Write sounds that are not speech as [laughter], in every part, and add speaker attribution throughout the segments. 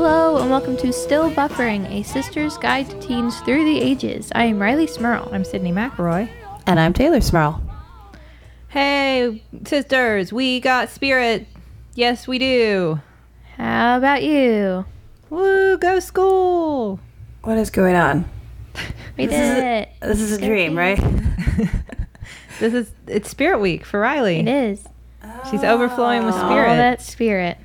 Speaker 1: welcome to Still Buffering, a sister's guide to teens through the ages. I am Riley Smurl.
Speaker 2: I'm Sydney McRoy.
Speaker 3: And I'm Taylor Smurl.
Speaker 2: Hey, sisters, we got spirit. Yes, we do.
Speaker 1: How about you?
Speaker 2: Woo, go school.
Speaker 3: What is going on?
Speaker 1: We
Speaker 3: This is
Speaker 1: did
Speaker 3: a-
Speaker 1: it.
Speaker 3: This is a
Speaker 1: Good
Speaker 3: dream, right?
Speaker 2: This is it's Spirit Week for Riley.
Speaker 1: It is.
Speaker 2: She's overflowing with
Speaker 1: All
Speaker 2: [laughs] spirit,
Speaker 1: that spirit.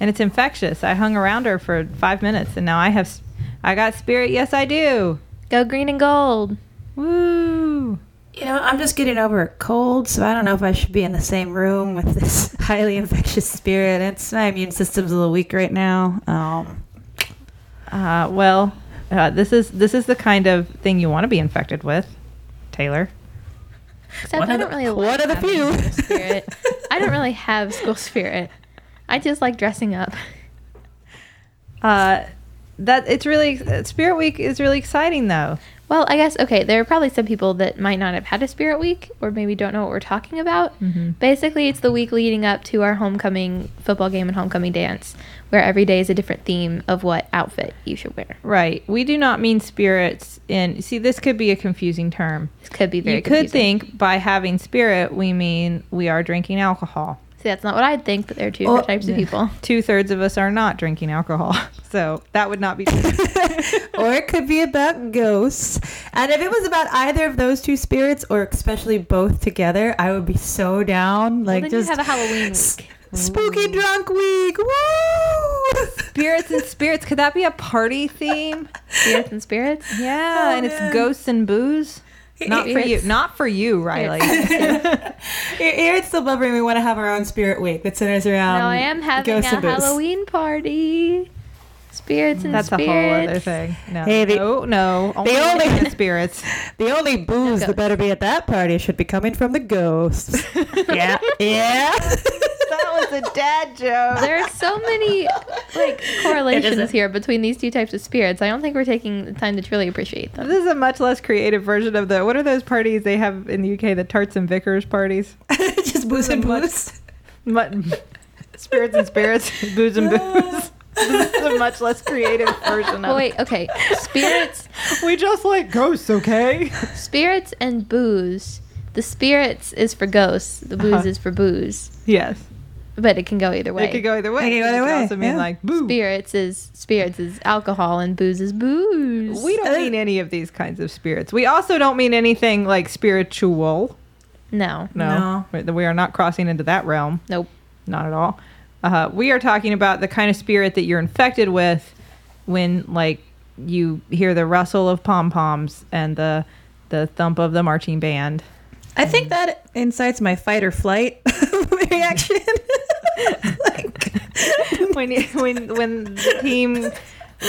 Speaker 2: and it's infectious. I hung around her for five minutes, and now I have, s- I got spirit. Yes, I do.
Speaker 1: Go green and gold.
Speaker 2: Woo.
Speaker 3: You know, I'm just getting over a cold, so I don't know if I should be in the same room with this [laughs] highly infectious spirit. It's my immune system's a little weak right now. Um,
Speaker 2: Uh, well, uh, this is this is the kind of thing you want to be infected with, Taylor.
Speaker 1: Except I don't really like
Speaker 3: one of the
Speaker 1: having
Speaker 3: few.
Speaker 1: school spirit. I don't really have school spirit. I just like dressing up.
Speaker 2: Uh, that it's really uh, Spirit Week is really exciting though.
Speaker 1: Well, I guess okay. There are probably some people that might not have had a spirit week, or maybe don't know what we're talking about.
Speaker 2: Mm-hmm.
Speaker 1: Basically, it's the week leading up to our homecoming football game and homecoming dance, where every day is a different theme of what outfit you should wear.
Speaker 2: Right. We do not mean spirits in see this could be a confusing term.
Speaker 1: This could be very.
Speaker 2: you could
Speaker 1: confusing.
Speaker 2: think by having spirit we mean we are drinking alcohol.
Speaker 1: See, that's not what I'd think, but there are two different
Speaker 3: Oh,
Speaker 1: types of
Speaker 2: [laughs]
Speaker 1: people.
Speaker 2: Two thirds of us are not drinking alcohol. [laughs] So that would not be true.
Speaker 3: [laughs] or it could be about ghosts. And if it was about either of those two spirits, or especially both together, I would be so down. Like
Speaker 1: then you
Speaker 3: just
Speaker 1: have a Halloween
Speaker 3: s-
Speaker 1: week.
Speaker 3: spooky drunk week. Woo! [laughs]
Speaker 2: spirits and spirits. Could that be a party theme?
Speaker 1: Spirits and spirits.
Speaker 2: Yeah.
Speaker 3: Oh,
Speaker 2: and it's
Speaker 3: man.
Speaker 2: ghosts and booze. Not for you.
Speaker 1: Spirits.
Speaker 2: Not for you, Riley.
Speaker 3: [laughs] Here, here at Still Bubbering, we want to have our own spirit week that centers around.
Speaker 2: Um,
Speaker 1: now I am having a
Speaker 3: ghosts and booze.
Speaker 1: Halloween party. Spirits and
Speaker 2: That's a
Speaker 1: spirits.
Speaker 2: whole other thing. No.
Speaker 3: Hey, the-
Speaker 2: no, no. Only,
Speaker 3: only-
Speaker 2: drinking spirits.
Speaker 3: The only booze that better be at that party should be coming from the [laughs] ghosts. yeah, yeah.
Speaker 2: That was a dad joke.
Speaker 1: [laughs] There are so many like correlations here between these two types of spirits. I don't think we're taking the time to truly appreciate them.
Speaker 2: [laughs] This is a much less creative version of the what are those parties they have in the UK, the Tarts and Vickers parties?
Speaker 3: [laughs] Just booze and booze.
Speaker 2: Mu- spirits and spirits, [laughs] booze and
Speaker 3: Ah.
Speaker 2: booze. This is a much less creative version
Speaker 1: Oh,
Speaker 2: of
Speaker 1: wait, okay. Spirits,
Speaker 2: [laughs] We just like ghosts, okay?
Speaker 1: spirits, and booze. The spirits is for ghosts. The booze
Speaker 2: Uh-huh.
Speaker 1: is for booze,
Speaker 2: Yes.
Speaker 1: but it can go either way.
Speaker 2: It could go either way.
Speaker 3: It could go either
Speaker 2: It
Speaker 3: way,
Speaker 2: also mean
Speaker 3: yeah.
Speaker 2: like boo.
Speaker 1: Spirits is spirits is alcohol, and booze is booze.
Speaker 2: We don't mean any of these kinds of spirits. We also don't mean anything like spiritual.
Speaker 1: no,
Speaker 2: No. We- We are not crossing into that realm.
Speaker 1: nope.
Speaker 2: not at all. Uh, we are talking about the kind of spirit that you're infected with when, like, you hear the rustle of pom poms and the the thump of the marching band. [laughs]
Speaker 3: I think that incites my fight or flight [laughs] reaction. [laughs] like,
Speaker 2: when you- when when the team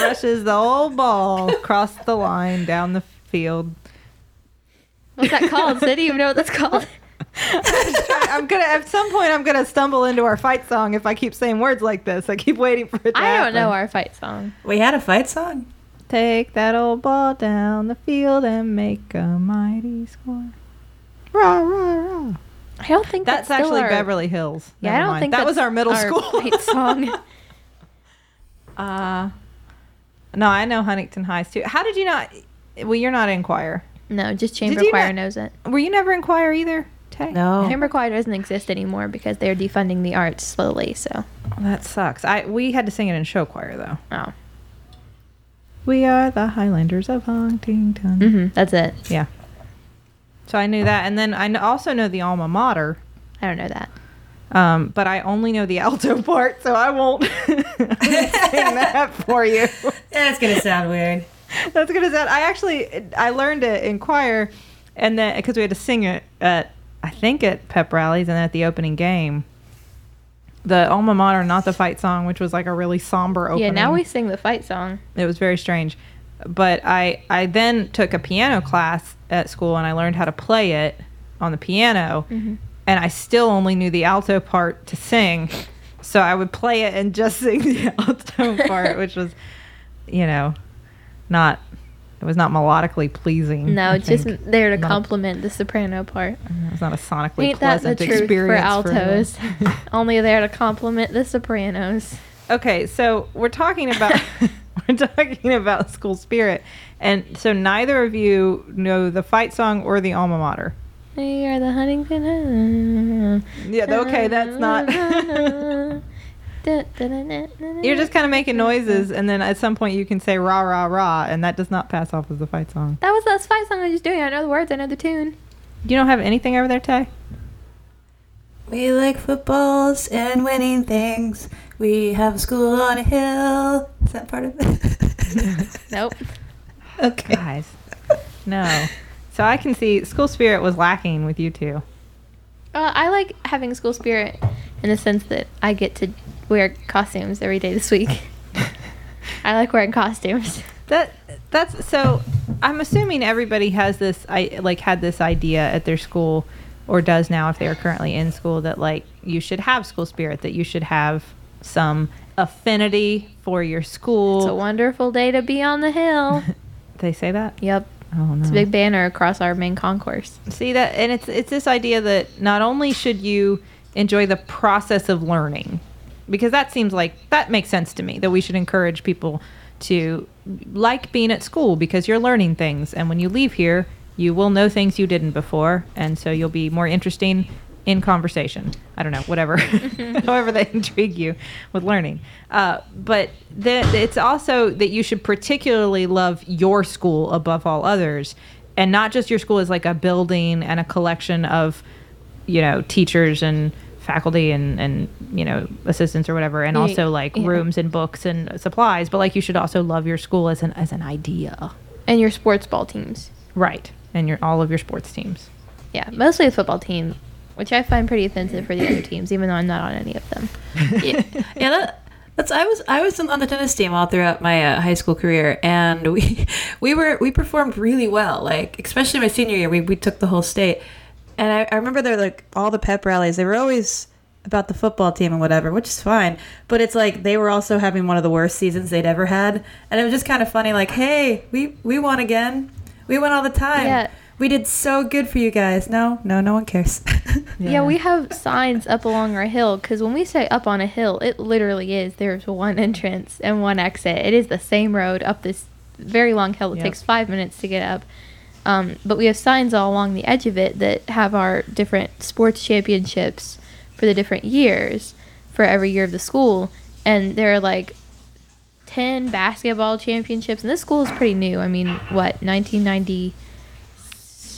Speaker 2: rushes the whole ball across the line down the field.
Speaker 1: What's that called? Did you even know what that's
Speaker 2: [laughs]
Speaker 1: called? [laughs]
Speaker 2: I'm gonna at some point I'm gonna stumble into our fight song if I keep saying words like this. I keep waiting for it. To
Speaker 1: I don't know
Speaker 2: happen.
Speaker 1: our fight song.
Speaker 3: we had a fight song.
Speaker 2: Take that old ball down the field and make a mighty score. Rah, rah, rah.
Speaker 1: I don't think
Speaker 2: That's,
Speaker 1: that's, still
Speaker 2: actually
Speaker 1: our-
Speaker 2: Beverly Hills.
Speaker 1: Yeah, I
Speaker 2: Never
Speaker 1: don't
Speaker 2: mind.
Speaker 1: think
Speaker 2: that was
Speaker 1: that's
Speaker 2: our middle school. [laughs]
Speaker 1: fight song.
Speaker 2: uh, no, I know Huntington Highs too. How did you not? Well, you're not in choir.
Speaker 1: No, just chamber
Speaker 2: you
Speaker 1: choir
Speaker 2: not- Oh.
Speaker 1: knows it.
Speaker 2: Were you never in choir either? Tay?
Speaker 3: No.
Speaker 1: Chamber choir doesn't exist anymore because they're defunding the arts slowly. So,
Speaker 2: that sucks. I we had to sing it in show choir though.
Speaker 1: oh,
Speaker 2: We are the Highlanders of Huntington.
Speaker 1: hmm that's it.
Speaker 2: Yeah. So I knew that, and then I kn- also know the alma mater.
Speaker 1: I don't know that.
Speaker 2: Um, but I only know the [laughs] alto part, so I won't [laughs] I'm gonna sing that for you. [laughs]
Speaker 3: That's going to sound weird.
Speaker 2: That's gonna sound. I actually I learned it in choir, and then because we had to sing it at I think at pep rallies and at the opening game. The alma mater, not the fight song, which was like a really somber opening.
Speaker 1: Yeah, now we sing the fight song.
Speaker 2: It was very strange, but I I then took a piano class at school and I learned how to play it on the piano,
Speaker 1: Mm-hmm.
Speaker 2: and I still only knew the alto part to sing, so I would play it and just [laughs] sing the alto part, which was, you know, not it was not melodically pleasing.
Speaker 1: No,
Speaker 2: Mm, I
Speaker 1: it's just
Speaker 2: think.
Speaker 1: there to
Speaker 2: No.
Speaker 1: compliment the soprano part.
Speaker 2: it was not a sonically
Speaker 1: Ain't that the
Speaker 2: pleasant
Speaker 1: truth for
Speaker 2: experience for anyone.
Speaker 1: altos?
Speaker 2: [laughs]
Speaker 1: [laughs] Only there to compliment the sopranos.
Speaker 2: [laughs] Okay, so we're talking about We're talking about school spirit. And so neither of you know the fight song or the alma mater.
Speaker 1: We are the Huntington.
Speaker 2: Yeah, okay, that's not.
Speaker 1: [laughs]
Speaker 2: [laughs] You're
Speaker 1: You're
Speaker 2: just kind of making noises, and then at some point you can say rah, rah, rah, and that does not pass off as the fight song.
Speaker 1: That was that fight song I was just doing. I know the words. I know the tune.
Speaker 2: You don't have anything over there, [laughs] Tay?
Speaker 3: We like footballs and winning things. We have school on a hill. Is that part of it?
Speaker 1: Nope.
Speaker 3: [laughs] okay.
Speaker 2: Guys. No. So I can see school spirit was lacking with you two.
Speaker 1: Uh, I like having school spirit in the sense that I get to wear costumes every day this
Speaker 2: [laughs]
Speaker 1: week. I like wearing costumes.
Speaker 2: That that's so. I'm assuming everybody has this. I like had this idea at their school, or does now if they are currently in school. That like you should have school spirit. That you should have some affinity for your
Speaker 1: It's a
Speaker 2: school.
Speaker 1: wonderful day to be on the hill.
Speaker 2: they say that.
Speaker 1: yep.
Speaker 2: Oh no.
Speaker 1: It's a big banner across our main concourse.
Speaker 2: See that, and it's it's this idea that not only should you enjoy the process of learning, because that seems like that makes sense to me that we should encourage people to like being at school because you're learning things, and when you leave here, you will know things you didn't before, and so you'll be more interesting in conversation. I don't know, whatever, [laughs] however they intrigue you with learning. Uh, but the, it's also that you should particularly love your school above all others, and not just your school as like a building and a collection of, you know, teachers and faculty and and you know assistants or whatever, and
Speaker 1: Yeah,
Speaker 2: also like
Speaker 1: yeah.
Speaker 2: rooms and books and supplies. But like you should also love your school as an as an idea,
Speaker 1: And your sports ball teams.
Speaker 2: right? And your all of your sports teams.
Speaker 1: Yeah, mostly the football team, which I find pretty offensive for the other teams, even though I'm not on any of them.
Speaker 3: yeah, yeah, that, that's I was I was on the tennis team all throughout my uh, high school career, and we [laughs] we were we performed really well. Like especially my senior year, we we took the whole state, and I, I remember they're like all the pep rallies. They were always about the football team and whatever, which is fine. But it's like they were also having one of the worst seasons they'd ever had, and it was just kind of funny. Like, hey, we we won again. We won all the time.
Speaker 1: Yeah.
Speaker 3: We did so good for you guys. No, no, no one cares. [laughs]
Speaker 1: Yeah, we have signs up along our hill because when we say up on a hill, it literally is. There's one entrance and one exit. It is the same road up this very long hill. It
Speaker 2: Yep.
Speaker 1: takes five minutes to get up. Um, but we have signs all along the edge of it that have our different sports championships for the different years for every year of the school. And there are like 10 basketball championships. And this school is pretty new. I mean, what, 1996?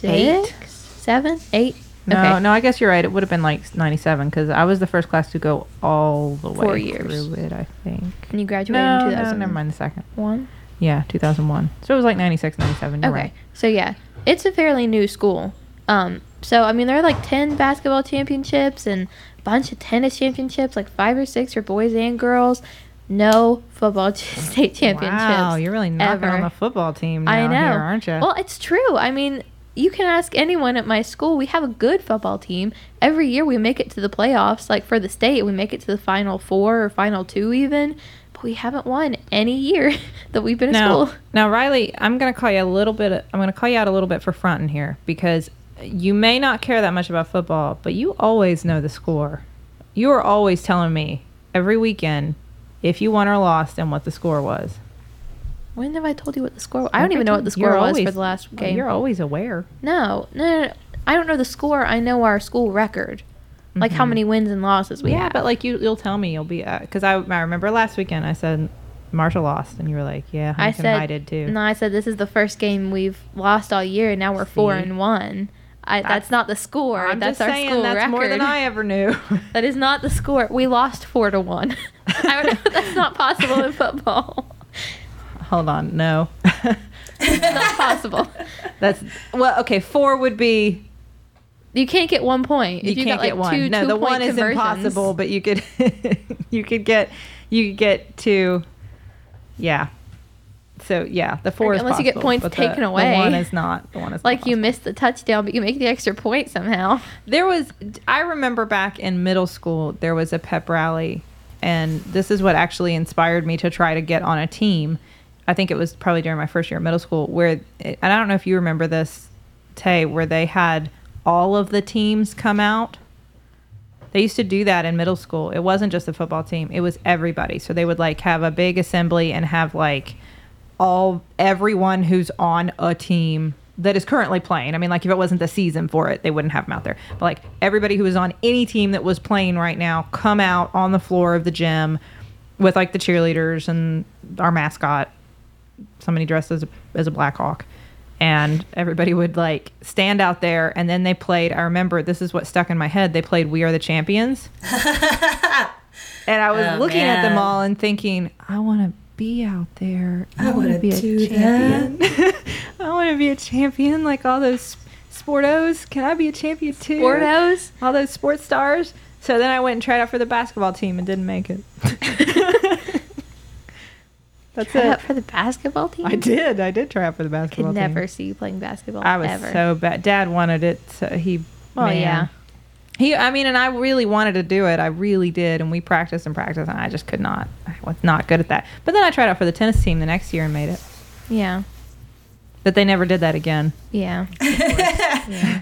Speaker 2: Eight.
Speaker 1: Seven? Eight?
Speaker 2: No, no, I guess you're right. It would have been like 97 because I was the first class to go all the way
Speaker 1: Four years.
Speaker 2: through it, I think.
Speaker 1: And you graduated
Speaker 2: No,
Speaker 1: in
Speaker 2: no, never
Speaker 1: 2001.
Speaker 2: mind the second. Yeah, 2001. So it was like 96, 97.
Speaker 1: Okay.
Speaker 2: You're right.
Speaker 1: So yeah, it's a fairly new school. Um, so I mean, there are like 10 basketball championships and a bunch of tennis championships, like five or six for boys and girls. No football [laughs] ch- state championships.
Speaker 2: Wow, you're really knocking
Speaker 1: ever.
Speaker 2: on the football team now
Speaker 1: I know.
Speaker 2: here, aren't you?
Speaker 1: Well, it's true. I mean, you can ask anyone at my school. We have a good football team. Every year we make it to the playoffs. Like for the state, we make it to the final four or final two even. But we haven't won any year [laughs] that we've been at
Speaker 2: now,
Speaker 1: school.
Speaker 2: now, Riley, I'm going to call you a little bit. I'm going to call you out a little bit for fronting here because you may not care that much about football, but you always know the score. You are always telling me every weekend if you won or lost and what the score was.
Speaker 1: When have I told you what the score? I don't even know what the
Speaker 2: You're
Speaker 1: score was for
Speaker 2: always-
Speaker 1: the last
Speaker 2: oh,
Speaker 1: game.
Speaker 2: You're always aware.
Speaker 1: no, no, no, no. I don't know the score. I know our school record, like how many wins and losses we
Speaker 2: Mm-hmm. yeah,
Speaker 1: have.
Speaker 2: but like you, you'll tell me you'll be because I, I remember last weekend I said Marshall lost and you were like, yeah,
Speaker 1: I
Speaker 2: Huntington
Speaker 1: said
Speaker 2: High did too.
Speaker 1: No, I said this is the first game we've lost all year, and now we're four
Speaker 2: See?
Speaker 1: and one. I, that's,
Speaker 2: That's-
Speaker 1: not the score.
Speaker 2: I'm
Speaker 1: that's
Speaker 2: just
Speaker 1: our
Speaker 2: saying
Speaker 1: school
Speaker 2: that's
Speaker 1: record.
Speaker 2: more than I ever knew.
Speaker 1: [laughs] That is not the score. We lost four to one. [laughs] I don't know. That's not possible in football.
Speaker 2: [laughs] Hold on, no, [laughs]
Speaker 1: It's not possible.
Speaker 2: that's well, okay. Four would be
Speaker 1: You can't get one point.
Speaker 2: you,
Speaker 1: If
Speaker 2: can't
Speaker 1: got,
Speaker 2: get
Speaker 1: like,
Speaker 2: one.
Speaker 1: two-
Speaker 2: no, the
Speaker 1: two-point
Speaker 2: one is
Speaker 1: conversions-
Speaker 2: impossible, but you could [laughs] you could get you could get two. Yeah. So yeah, the four is
Speaker 1: Unless you get
Speaker 2: possible,
Speaker 1: points
Speaker 2: but the-
Speaker 1: taken
Speaker 2: the
Speaker 1: away.
Speaker 2: one is not. The one is not
Speaker 1: Like you
Speaker 2: possible.
Speaker 1: missed the touchdown, but you make the extra point [laughs] somehow.
Speaker 2: There was, I remember back in middle school, there was a pep rally, and this is what actually inspired me to try to get on a team. I think it was probably during my first year at middle school, where, and I don't know if you remember this, Tay, where they had all of the teams come out They used to do that in middle school. It wasn't just the football team, it was everybody. So they would like have a big assembly and have like all everyone who's on a team that is currently playing. I mean, like if it wasn't the season for it, they wouldn't have them out there. But like everybody who was on any team that was playing right now, come out on the floor of the gym with like the cheerleaders and our mascot, somebody dressed as a, as a Black Hawk. And everybody would like stand out there, and then they played. I remember this is what stuck in my head. They played "We Are
Speaker 3: [laughs]
Speaker 2: the Champions," and I was
Speaker 3: Oh,
Speaker 2: looking at them
Speaker 3: man.
Speaker 2: all and thinking, "I want to be out there. I,
Speaker 3: I
Speaker 2: want to
Speaker 3: wanna
Speaker 2: be a
Speaker 3: do
Speaker 2: champion." [laughs] I want to be a champion like all those sportos. Can I be a champion too?
Speaker 1: Sportos? [laughs]
Speaker 2: All those sports stars. So then I went and tried out for the basketball team and didn't make it.
Speaker 3: [laughs]
Speaker 2: [laughs] That's
Speaker 1: Try
Speaker 2: it.
Speaker 1: out for the basketball team.
Speaker 2: I did. I did try out for the
Speaker 1: Could
Speaker 2: basketball team.
Speaker 1: never see you playing basketball.
Speaker 2: I was
Speaker 1: ever.
Speaker 2: so bad. Dad wanted it. So he.
Speaker 1: Oh,
Speaker 2: man.
Speaker 1: yeah.
Speaker 2: He. I mean, and I really wanted to do it. I really did. And we practiced and practiced, and I just could not. I was not good at that. But then I tried out for the tennis team the next year and made it.
Speaker 1: Yeah.
Speaker 2: But they never did
Speaker 1: [laughs]
Speaker 2: that again.
Speaker 1: Yeah.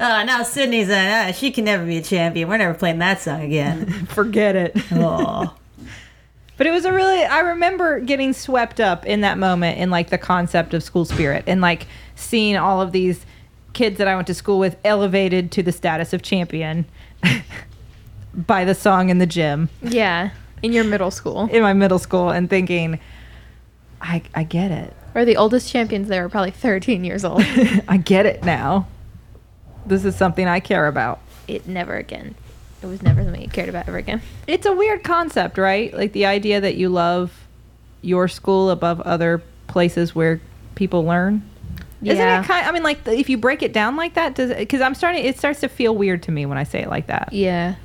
Speaker 3: Oh, now Sydney's on. Uh, she can never be a champion. We're never playing that song
Speaker 2: [laughs]
Speaker 3: again.
Speaker 2: Forget it.
Speaker 3: Oh.
Speaker 2: But it was a really I remember getting swept up in that moment in like the concept of school spirit and like seeing all of these kids that I went to school with elevated to the status of champion [laughs] by the song in the gym
Speaker 1: Yeah. In your middle school.
Speaker 2: in my middle school and thinking I I get it. [laughs]
Speaker 1: Or the oldest champions there were probably 13 years old.
Speaker 2: I get it now. This is something I care about.
Speaker 1: [laughs] it never again. It was never something you cared about ever again.
Speaker 2: It's a weird concept, right? Like the idea that you love your school above other places where people learn. Isn't
Speaker 1: Yeah.
Speaker 2: it kind? I mean, like the, if you break it down like that, does because I'm starting, it starts to feel weird to me when I say it like that.
Speaker 1: Yeah.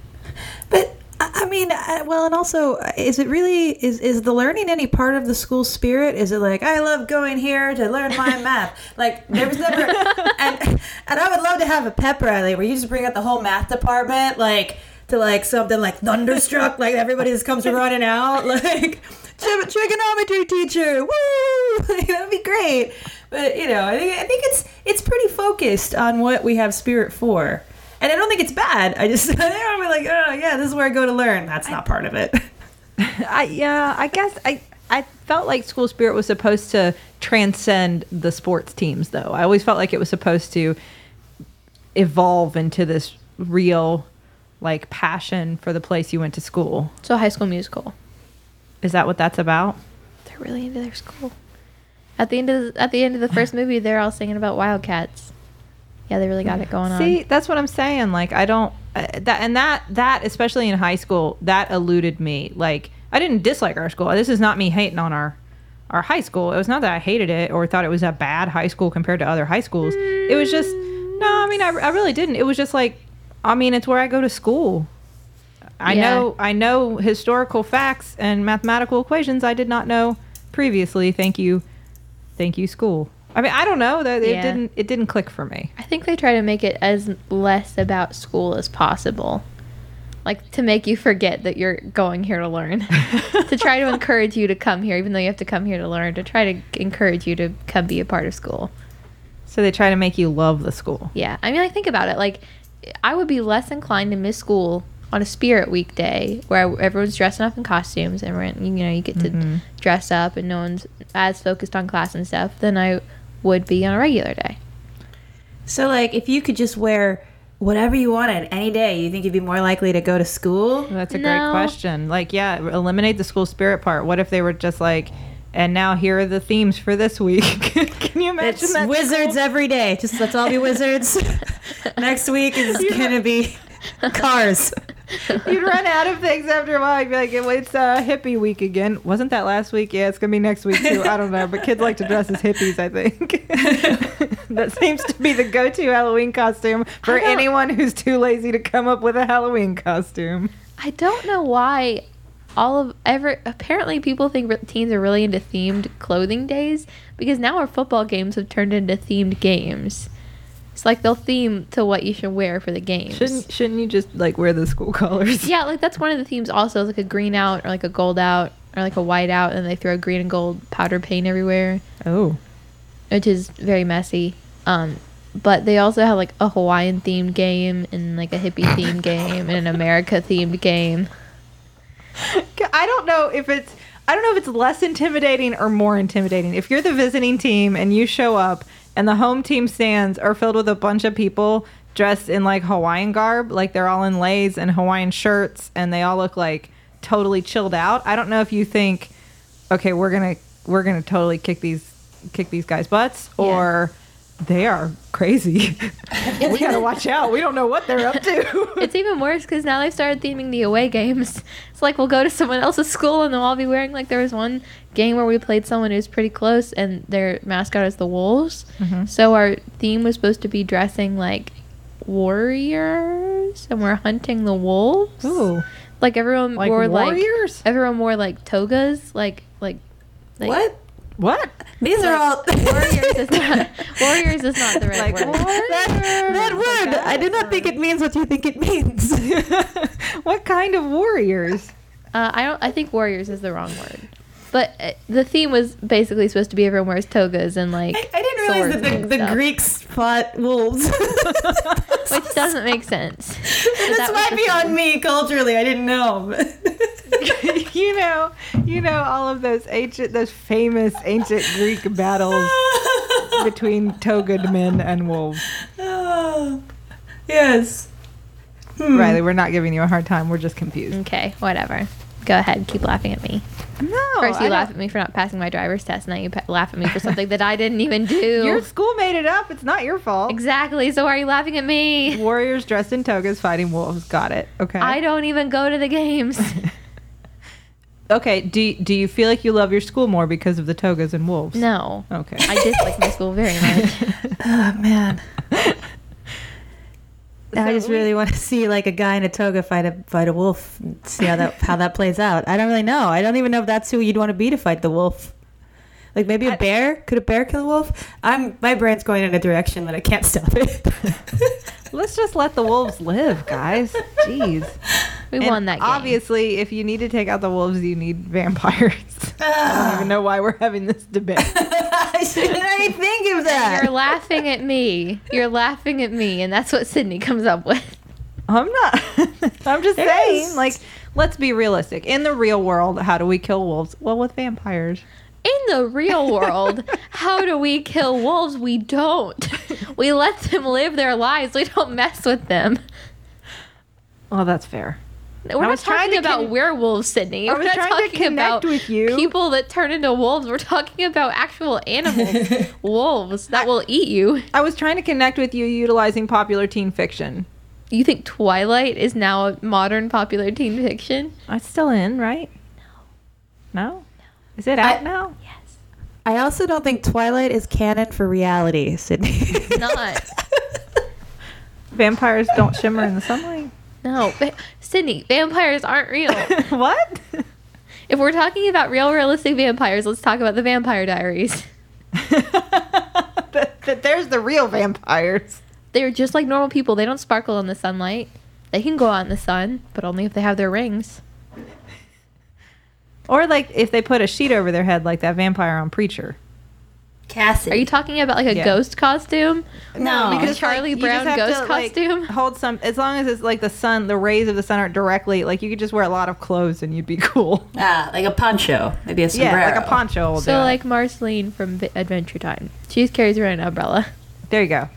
Speaker 3: But I I mean, I, well, and also, uh, is it really is is the learning any part of the school spirit? Is it like I love going here to learn my math? Like there was never, and and I would love to have a pep rally where you just bring out the whole math department, like to like something like thunderstruck, like everybody just comes running out, [laughs] like "Tri- trigonometry teacher, woo! [laughs] Like, that'd be great. But you know, I think I think it's it's pretty focused on what we have spirit for. And I don't think it's bad. I just [laughs] I don't be like, oh yeah, this is where I go to learn. That's not part of it. [laughs]
Speaker 2: I yeah, I guess I I felt like school spirit was supposed to transcend the sports teams, though. I always felt like it was supposed to evolve into this real like passion for the place you went to school.
Speaker 1: So High School Musical.
Speaker 2: Is that what that's about?
Speaker 1: They're really into their school. At the end of the, at the end of the first movie, they're all singing about wildcats. Yeah, they really got it going on.
Speaker 2: See, that's what I'm saying. Like, I don't uh, that and that that especially in high school that eluded me. Like, I didn't dislike our school. This is not me hating on our our high school. It was not that I hated it or thought it was a bad high school compared to other high schools. It was just no. I mean, I, I really didn't. It was just like, I mean, it's where I go to school. I
Speaker 1: Yeah.
Speaker 2: know I know historical facts and mathematical equations I did not know previously. Thank you, thank you, school. I mean, I don't know. That it
Speaker 1: Yeah.
Speaker 2: didn't it didn't click for me.
Speaker 1: I think they try to make it as less about school as possible. Like to make you forget that you're going here to learn.
Speaker 3: [laughs]
Speaker 1: [laughs] to
Speaker 2: [laughs]
Speaker 1: try to encourage you to come here, even though you have to come here to learn, to try to encourage you to come be a part of school.
Speaker 2: So they try to make you love the school.
Speaker 1: Yeah. I mean, like, think about it. Like, I would be less inclined to miss school on a spirit weekday where everyone's dressing up in costumes and, we're- you know, you get to
Speaker 3: Mm-hmm.
Speaker 1: dress up and no one's as focused on class and stuff than I would be on a regular day.
Speaker 3: so like, if you could just wear whatever you wanted any day, you think you'd be more likely to go to school?
Speaker 2: That's a
Speaker 1: No.
Speaker 2: great question. Like, yeah, eliminate the school spirit part. What if they were just like, and now here are the themes for this week? [laughs] Can you imagine
Speaker 3: It's
Speaker 2: that?
Speaker 3: wizards every day. Just let's all be [laughs] wizards. [laughs] Next
Speaker 1: [laughs]
Speaker 3: week is gonna be cars.
Speaker 2: You'd run out of things after a while. You'd be like, well, it's uh, hippie week again. Wasn't that last week? Yeah, it's going to be next week too. I don't know. But kids like to dress as hippies, I think. [laughs] that seems to be the go to Halloween costume for
Speaker 1: I don't-
Speaker 2: anyone who's too lazy to come up with a Halloween costume.
Speaker 1: I don't know why all of ever apparently people think re- teens are really into themed clothing days because now our football games have turned into themed games. It's like they'll theme to what you should wear for the games.
Speaker 2: Shouldn't, shouldn't you just like wear the school colors?
Speaker 1: Yeah, like that's one of the themes also, is like a green out or like a gold out or like a white out and they throw green and gold powder paint everywhere,
Speaker 2: Oh.
Speaker 1: which is very messy. Um but they also have like a Hawaiian themed game and like a hippie
Speaker 2: [laughs]
Speaker 1: themed game and an America themed game.
Speaker 2: I don't know if it's I don't know if it's less intimidating or more intimidating. If you're the visiting team and you show up and the home team stands are filled with a bunch of people dressed in like Hawaiian garb, like they're all in lays and Hawaiian shirts and they all look like totally chilled out. I don't know if you think okay, we're going to we're going to totally kick these kick these guys butts
Speaker 1: Yeah.
Speaker 2: or they are
Speaker 1: [laughs]
Speaker 2: crazy. we got to watch out. We don't know what they're up to.
Speaker 1: It's
Speaker 2: [laughs]
Speaker 1: even worse because now they've started theming the away games. It's like we'll go to someone else's school and they'll all be wearing like there was one game where we played someone who's pretty close and their mascot is the wolves.
Speaker 2: Mm-hmm.
Speaker 1: So our theme was supposed to be dressing like warriors and we're hunting the wolves.
Speaker 2: Ooh.
Speaker 1: Like everyone
Speaker 2: Like
Speaker 1: wore
Speaker 2: warriors?
Speaker 1: like everyone wore like togas, like like, like
Speaker 3: what?
Speaker 2: What?
Speaker 3: These are all [laughs]
Speaker 1: Warriors is not warriors is not the right
Speaker 2: Like,
Speaker 1: word.
Speaker 3: that, that word. I um, do not think it means what you think it [laughs] means.
Speaker 2: [laughs] what kind of warriors?
Speaker 1: Uh, I don't. I think warriors is the wrong word. But uh, the theme was basically supposed to be everyone wears togas and like.
Speaker 3: I, I didn't realize
Speaker 1: swords
Speaker 3: that
Speaker 1: and
Speaker 3: the, the
Speaker 1: stuff,
Speaker 3: Greeks fought [laughs] wolves.
Speaker 1: Which
Speaker 3: [laughs]
Speaker 1: doesn't make sense.
Speaker 3: this
Speaker 1: that was
Speaker 3: might
Speaker 1: the
Speaker 3: be on me culturally. I didn't know. [laughs]
Speaker 2: you know, you know all of those ancient, those famous ancient
Speaker 1: [laughs]
Speaker 3: [laughs]
Speaker 2: Greek battles between togaed men and wolves.
Speaker 3: Oh, yes.
Speaker 1: Hmm.
Speaker 2: Riley, we're not giving you a hard time. We're just confused.
Speaker 1: Okay, whatever. Go ahead, keep laughing at me.
Speaker 2: No,
Speaker 1: First, Hmm. you
Speaker 2: Oh, I
Speaker 1: laugh
Speaker 2: don't-
Speaker 1: at me for not passing my driver's test, now you pa- laugh at me for something that I didn't even
Speaker 2: [laughs]
Speaker 1: do.
Speaker 2: Your school made it up. It's not your
Speaker 1: [laughs]
Speaker 2: fault.
Speaker 1: exactly. So why are you laughing at me?
Speaker 2: [laughs] Warriors dressed in togas fighting wolves. Got it. Okay.
Speaker 1: I don't even go to the games.
Speaker 2: [laughs] okay. Do do you feel like you love your school more because of the togas and wolves?
Speaker 1: No,
Speaker 2: Okay.
Speaker 1: I dislike my school very much.
Speaker 3: Oh man. I
Speaker 2: So
Speaker 3: just
Speaker 2: we-
Speaker 3: really want to see like a guy in a toga fight a fight a wolf. and See how [laughs] that how that plays out. I don't really know. I don't even know if that's who you'd want to be to fight the wolf. Like maybe a bear? Could a bear kill a wolf? I'm my brain's going in a direction that I can't stop [laughs] it.
Speaker 2: Let's just let the wolves live, guys. Jeez.
Speaker 1: [laughs]
Speaker 3: [laughs]
Speaker 1: We
Speaker 2: And
Speaker 1: won that game.
Speaker 2: Obviously, if you need to take out the wolves, you need vampires. [laughs] I
Speaker 1: Ah.
Speaker 2: don't even know why we're having this debate.
Speaker 3: [laughs] I shouldn't already think of
Speaker 1: You're
Speaker 3: that.
Speaker 1: laughing at me. You're laughing at me, and that's what Sydney comes up with.
Speaker 2: I'm not. [laughs] I'm just
Speaker 3: It
Speaker 2: saying,
Speaker 3: is.
Speaker 2: like, let's be realistic. In the real world, how do we kill wolves? Well, with vampires.
Speaker 1: In the real
Speaker 2: [laughs]
Speaker 1: world, how do we kill wolves? We don't. We let them live their lives. We don't mess with them.
Speaker 2: Oh, that's fair.
Speaker 1: We're not
Speaker 2: was trying
Speaker 1: talking
Speaker 2: to
Speaker 1: about
Speaker 2: con-
Speaker 1: werewolves, Sydney.
Speaker 2: I
Speaker 1: We're
Speaker 2: was
Speaker 1: not
Speaker 2: trying to
Speaker 1: talking
Speaker 2: connect
Speaker 1: about
Speaker 2: with you.
Speaker 1: people that turn into wolves. We're talking about actual animals,
Speaker 2: [laughs]
Speaker 1: wolves that will eat you.
Speaker 2: I was trying to connect with you utilizing popular teen fiction.
Speaker 1: You think Twilight is now a modern popular teen fiction?
Speaker 2: It's still in, right? No. Is it out now?
Speaker 1: Yes.
Speaker 3: I also don't think Twilight is canon for reality, Sydney.
Speaker 1: Not.
Speaker 3: [laughs]
Speaker 2: Vampires don't shimmer in the sunlight.
Speaker 1: No, but Sydney, vampires aren't real.
Speaker 2: [laughs] what? [laughs]
Speaker 1: If we're talking about real realistic vampires, let's talk about the Vampire Diaries.
Speaker 2: that, that there's the real vampires.
Speaker 1: They're just like normal people. They don't sparkle in the sunlight. They can go out in the sun, but only if they have their rings.
Speaker 2: Or like if they put a sheet over their head like that vampire on Preacher.
Speaker 3: Cassie.
Speaker 1: Are you talking about like a
Speaker 2: Yeah.
Speaker 1: ghost costume?
Speaker 3: No.
Speaker 1: because
Speaker 2: Just,
Speaker 1: Charlie
Speaker 2: like, you
Speaker 1: Brown
Speaker 2: just have
Speaker 1: ghost
Speaker 2: to, like,
Speaker 1: costume.
Speaker 2: [laughs] hold some as long as it's like the sun, the rays of the sun aren't directly like you could just wear a lot of clothes and you'd
Speaker 1: [laughs]
Speaker 2: be [laughs] cool.
Speaker 3: Ah, like a poncho, maybe a
Speaker 2: Yeah,
Speaker 3: sombrero.
Speaker 2: like a poncho. Will
Speaker 1: so
Speaker 2: do it.
Speaker 1: like Marceline from Vi- Adventure Time. She just carries around an umbrella.
Speaker 2: there you go.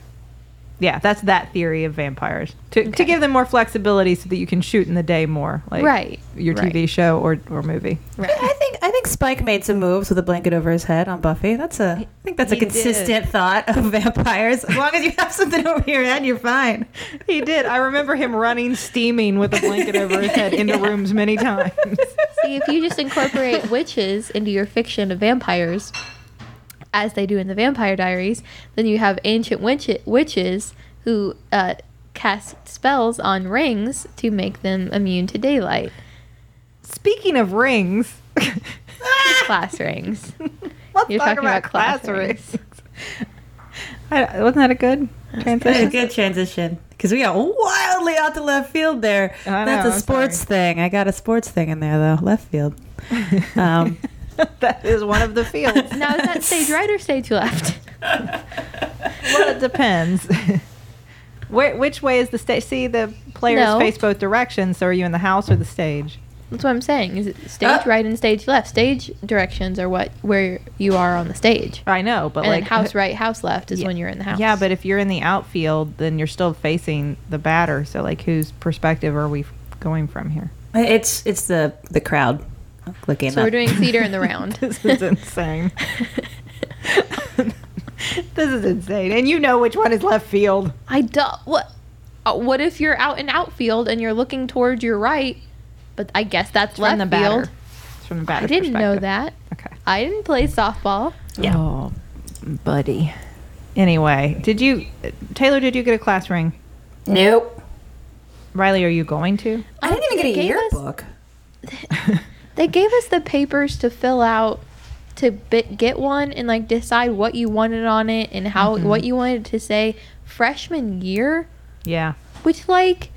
Speaker 2: Yeah, that's that theory of vampires to to
Speaker 1: Okay.
Speaker 2: give them more flexibility so that you can shoot in the day more, like
Speaker 1: Right,
Speaker 2: your
Speaker 1: right.
Speaker 2: TV show or or movie.
Speaker 3: I think I think Spike made some moves with a blanket over his head on Buffy. That's a I think that's a
Speaker 2: He did.
Speaker 3: consistent thought of vampires. As long as you have something over your head, you're fine.
Speaker 2: He did. I
Speaker 3: [laughs]
Speaker 2: remember him running, steaming with a blanket over his head [laughs] into rooms many times.
Speaker 1: [laughs] See, if you just incorporate witches into your fiction of vampires, as they do in the Vampire Diaries, then you have ancient winch- witches who uh, cast spells on rings to make them immune to daylight.
Speaker 2: Speaking of [laughs] rings,
Speaker 1: Class rings.
Speaker 2: [laughs] let's
Speaker 1: You're
Speaker 2: talk
Speaker 1: talking about class
Speaker 2: rings. [laughs] I, wasn't that a good
Speaker 3: That's a
Speaker 2: transition?
Speaker 3: good transition because we got wildly out to left field there.
Speaker 2: I know,
Speaker 3: that's a
Speaker 2: I'm
Speaker 3: sports thing. I got a sports thing in there though. Left field.
Speaker 2: [laughs]
Speaker 3: Um,
Speaker 2: that is one of the fields.
Speaker 1: Now, is that stage right or stage left?
Speaker 2: [laughs] well, it depends. [laughs] Where, which way is the stage? See, the players
Speaker 1: No.
Speaker 2: face both directions. So are you in the house or the stage?
Speaker 1: That's what I'm saying. Is it stage
Speaker 2: Uh.
Speaker 3: Ah.
Speaker 1: right and stage left? Stage directions are what where you are on the stage.
Speaker 2: I know, but
Speaker 1: and
Speaker 2: like
Speaker 1: then
Speaker 2: [laughs]
Speaker 1: house right, house left is
Speaker 2: Yeah.
Speaker 1: when you're in the house.
Speaker 2: Yeah, but if you're in the outfield, then you're still facing the batter. So like, whose perspective are we f- going from here? [laughs]
Speaker 3: It's it's the the crowd looking.
Speaker 1: so
Speaker 3: up.
Speaker 1: we're
Speaker 2: [laughs]
Speaker 1: doing theater in the round.
Speaker 2: this
Speaker 1: [laughs]
Speaker 2: is insane. this is insane, and you know which one is left field.
Speaker 1: I don't. What? uh, What if you're out in outfield and you're looking toward your right? But I guess that's
Speaker 2: From
Speaker 1: left
Speaker 2: the batter.
Speaker 1: field.
Speaker 2: It's from the
Speaker 1: I
Speaker 2: batter.
Speaker 1: didn't know that.
Speaker 2: Okay.
Speaker 1: I didn't play softball.
Speaker 3: Yeah.
Speaker 2: Oh, buddy. Anyway, did you, Taylor? Did you get a class ring?
Speaker 3: Nope.
Speaker 2: Riley, are you going to?
Speaker 3: I didn't even get a
Speaker 1: They gave us-
Speaker 3: yearbook.
Speaker 1: They gave us the papers to fill out to bit, get one and like decide what you wanted on it and how what you wanted to say freshman year,
Speaker 2: Yeah.
Speaker 1: which like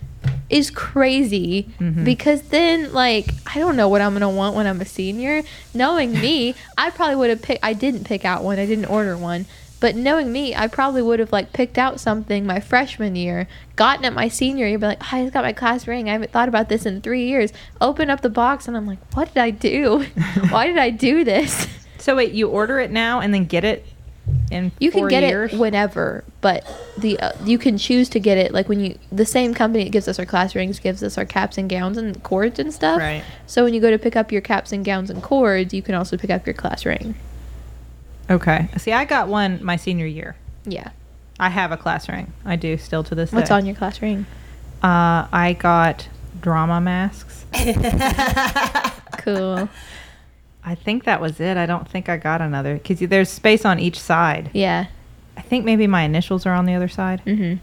Speaker 1: is crazy because then like I don't know what I'm gonna want when I'm a senior. Knowing me, I probably would have picked. I didn't pick out one. I didn't order one. But knowing me, I probably would have like picked out something my freshman year, gotten it my senior year, be like, oh, I just got my class ring. I haven't thought about this in three years. Open up the box and I'm like, what did I do? Why did I do this?
Speaker 2: So wait, you order it now and then get it in
Speaker 1: You can
Speaker 2: four
Speaker 1: get
Speaker 2: years?
Speaker 1: it whenever, but the uh, you can choose to get it like when you the same company that gives us our class rings gives us our caps and gowns and cords and stuff.
Speaker 2: Right.
Speaker 1: So when you go to pick up your caps and gowns and cords, you can also pick up your class ring.
Speaker 2: Okay. See, I got one my senior year.
Speaker 1: Yeah.
Speaker 2: I have a class ring. I do still to this
Speaker 1: What's
Speaker 2: day.
Speaker 1: on your class ring?
Speaker 2: Uh, I got drama masks.
Speaker 3: [laughs]
Speaker 1: Cool.
Speaker 2: I think that was it. I don't think I got another because there's space on each side.
Speaker 1: yeah.
Speaker 2: I think maybe my initials are on the other side,
Speaker 1: Mhm.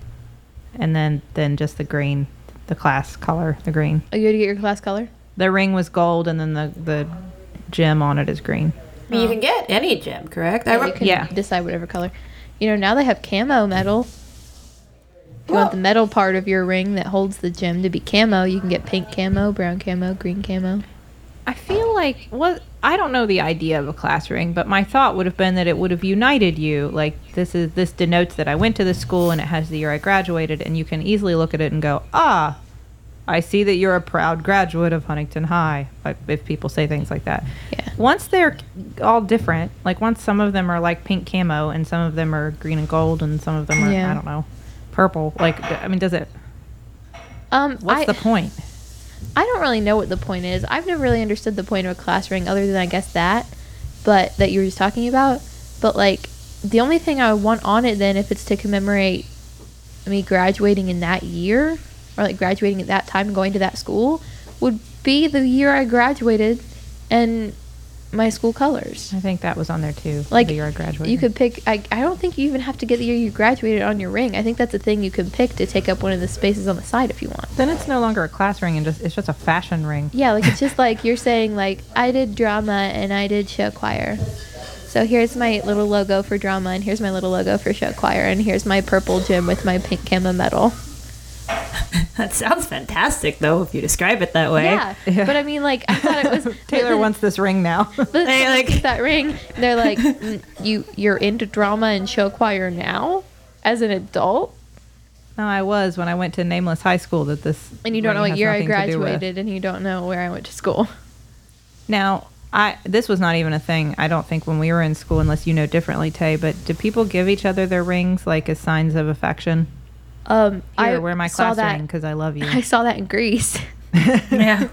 Speaker 2: and then then just the green, the class color, the green.
Speaker 1: Are Oh, you going to get your class color?
Speaker 2: The ring was gold, and then the the gem on it is green.
Speaker 3: I mean, You can get any gem, correct? I
Speaker 1: Yeah, you
Speaker 3: re-
Speaker 1: can
Speaker 2: Yeah.
Speaker 1: decide whatever color. You know, now they have camo metal. If you want the
Speaker 3: Well-
Speaker 1: metal part of your ring that holds the gem to be camo, you can get pink camo, brown camo, green camo.
Speaker 2: I feel like what I don't know the idea of a class ring, but my thought would have been that it would have united you. Like this is this denotes that I went to this school and it has the year I graduated, and you can easily look at it and go, ah, I see that you're a proud graduate of Huntington High. Like if people say things like that.
Speaker 1: Yeah.
Speaker 2: Once they're all different, like once some of them are like pink camo and some of them are green and gold and some of them are
Speaker 1: Yeah.
Speaker 2: I don't know purple. Like I mean, does it?
Speaker 1: Um,
Speaker 2: What's
Speaker 1: I,
Speaker 2: the point?
Speaker 1: I don't really know what the point is. I've never really understood the point of a class ring other than I guess that, but that you were just talking about. But like the only thing I would want on it then if it's to commemorate me graduating in that year or like graduating at that time and going to that school would be the year I graduated and my school colors.
Speaker 2: I think that was on there too.
Speaker 1: Like
Speaker 2: the year I graduated.
Speaker 1: You could pick I, I don't think you even have to get the year you graduated on your ring. I think that's a thing you can pick to take up one of the spaces on the side if you want.
Speaker 2: Then it's no longer a class ring and just it's just a fashion ring.
Speaker 1: Yeah, like it's just
Speaker 2: [laughs]
Speaker 1: like you're saying like I did drama and I did show choir. So here's my little logo for drama and here's my little logo for show choir and here's my purple gym with my pink camo medal.
Speaker 3: that sounds fantastic, though, if you describe it that way.
Speaker 1: Yeah.
Speaker 2: Yeah.
Speaker 1: But I mean like I thought
Speaker 2: [laughs]
Speaker 1: it [laughs] was
Speaker 2: Taylor wants this ring now.
Speaker 1: [laughs] but
Speaker 3: Hey,
Speaker 1: someone
Speaker 3: like-
Speaker 1: gets that ring. They're like "Mm, you you're into drama and show choir now as an adult
Speaker 2: no, I was when I went to Nameless High School that this
Speaker 1: and you don't know what
Speaker 2: ring has
Speaker 1: year I
Speaker 2: nothing to do with.
Speaker 1: graduated and you don't know where I went to school.
Speaker 2: Now, I this was not even a thing. I don't think when we were in school, unless you know differently, Tay. But do people give each other their rings like as signs of affection?
Speaker 1: Um
Speaker 2: Here,
Speaker 1: I
Speaker 2: wear my
Speaker 1: saw
Speaker 2: class
Speaker 1: that
Speaker 2: ring because I love
Speaker 1: [laughs]
Speaker 2: you.
Speaker 1: I saw that in Greece.
Speaker 3: Yeah.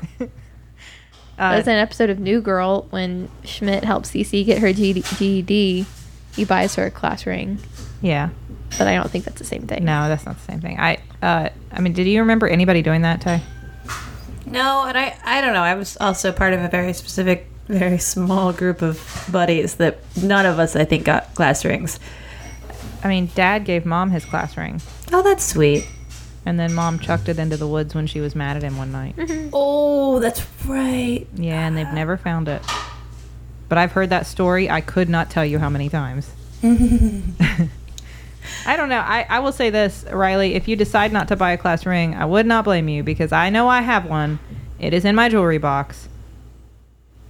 Speaker 1: That was an episode of New Girl when Schmidt helps CC get her GD, GED. He buys her a class ring,
Speaker 2: yeah.
Speaker 1: but I don't think that's the same thing.
Speaker 2: No, that's not the same thing. I uh, I mean, did you remember anybody doing that, Tay?
Speaker 3: No, and I, I don't know. I was also part of a very specific, very small group of buddies that none of us, I think, got class rings.
Speaker 2: I mean, Dad gave Mom his class ring,
Speaker 3: Oh, that's sweet.
Speaker 2: and then Mom chucked it into the woods when she was mad at him one night.
Speaker 3: Oh, that's right.
Speaker 2: Yeah, and they've never found it. But I've heard that story. I could not tell you how many times. [laughs] I don't know. I, I will say this, Riley. If you decide not to buy a class ring, I would not blame you because I know I have one. It is in my jewelry box.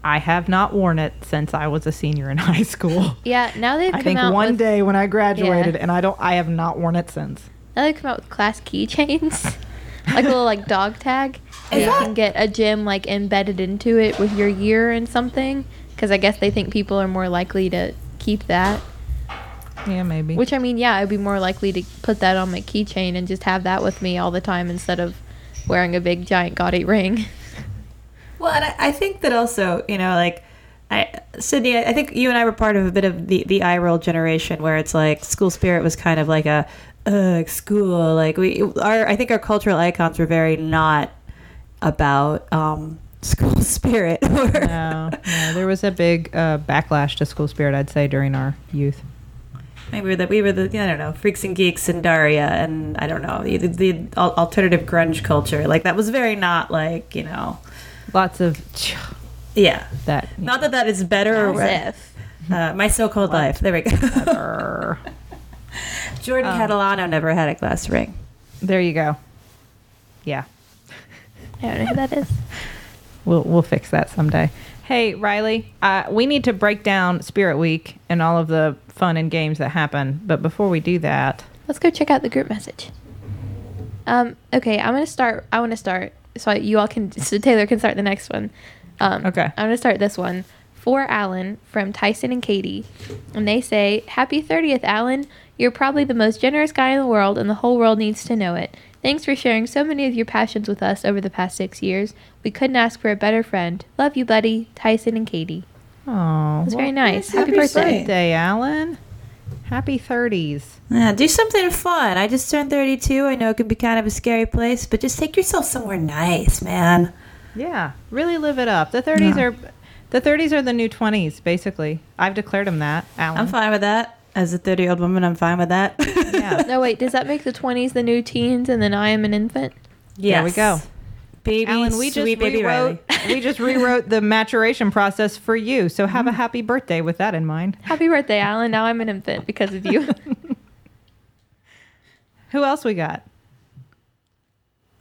Speaker 2: I have not worn it since I was a senior in [laughs] high school.
Speaker 1: Yeah, now they've
Speaker 2: I
Speaker 1: come
Speaker 2: think
Speaker 1: out
Speaker 2: one
Speaker 1: with,
Speaker 2: day when I graduated,
Speaker 1: Yeah.
Speaker 2: and I don't, I have not worn it since.
Speaker 1: Now they come out with class keychains, [laughs] like a little like dog tag, and
Speaker 3: Yeah.
Speaker 1: you can get a gym like embedded into it with your year and something. Because I guess they think people are more likely to keep that.
Speaker 2: Yeah, maybe.
Speaker 1: Which I mean, yeah, I'd be more likely to put that on my keychain and just have that with me all the time instead of wearing a big giant gaudy ring. [laughs]
Speaker 3: Well, and I, I think that also, you know, like, I, Sydney, I I think you and I were part of a bit of the, the eye roll generation where it's like school spirit was kind of like a, ugh, school. Like, we, our, I think our cultural icons were very not about um, [laughs] school spirit. [laughs] Or,
Speaker 2: no, no, there was a big uh, backlash to school spirit, I'd say, during our youth.
Speaker 3: Maybe we were the, we were the, I don't know, freaks and geeks and Daria and I don't know, the, the al- alternative grunge culture. Like, that was very not like, you know,
Speaker 2: Lots of
Speaker 3: yeah. [laughs]
Speaker 2: that.
Speaker 3: Not that that is better or uh, my so-called life. There we go.
Speaker 2: Err.
Speaker 3: [laughs] Jordan
Speaker 2: Oh.
Speaker 3: Catalano never had a glass ring.
Speaker 2: there you go. Yeah,
Speaker 1: I don't know who that is.
Speaker 2: we'll we'll fix that someday. Hey Riley, uh, we need to break down Spirit Week and all of the fun and games that happen. But before we do that,
Speaker 1: Let's go check out the group message. Um, okay, I'm gonna start. I want to start, so I, you all can. [laughs] So Taylor can start the next one. Um,
Speaker 2: Okay.
Speaker 1: I'm gonna start this one for Alan from Tyson and Katie, and they say, "Happy 30th, Alan. You're probably the most generous guy in the world, and the whole world needs to know it. Thanks for sharing so many of your passions with us over the past six years. We couldn't ask for a better friend. Love you, buddy. Tyson and Katie.
Speaker 2: oh,
Speaker 1: That's very nice. Happy,
Speaker 3: happy
Speaker 1: birthday.
Speaker 3: birthday.
Speaker 2: birthday, Alan. Happy thirties.
Speaker 3: Yeah, do something fun. I just turned 32. I know it can be kind of a scary place, but just take yourself somewhere nice, man.
Speaker 2: Yeah, really live it up. The 30s
Speaker 3: Yeah.
Speaker 2: are the 30s are the new 20s basically. I've declared him that, Alan.
Speaker 3: I'm fine with that. As a 30 year old woman, I'm fine with that. [laughs]
Speaker 2: Yeah.
Speaker 1: No, wait. Does that make the 20s the new teens, and then I am an infant?
Speaker 2: There we go.
Speaker 3: Baby,
Speaker 2: Alan, we just
Speaker 3: sweet baby
Speaker 2: rewrote
Speaker 3: Riley.
Speaker 2: [laughs] we just rewrote the maturation process for you. So have a
Speaker 3: Mm-hmm.
Speaker 2: happy birthday with that in mind.
Speaker 1: Happy birthday, Alan. Now I'm an infant because of
Speaker 2: [laughs]
Speaker 1: you.
Speaker 2: Who else we got?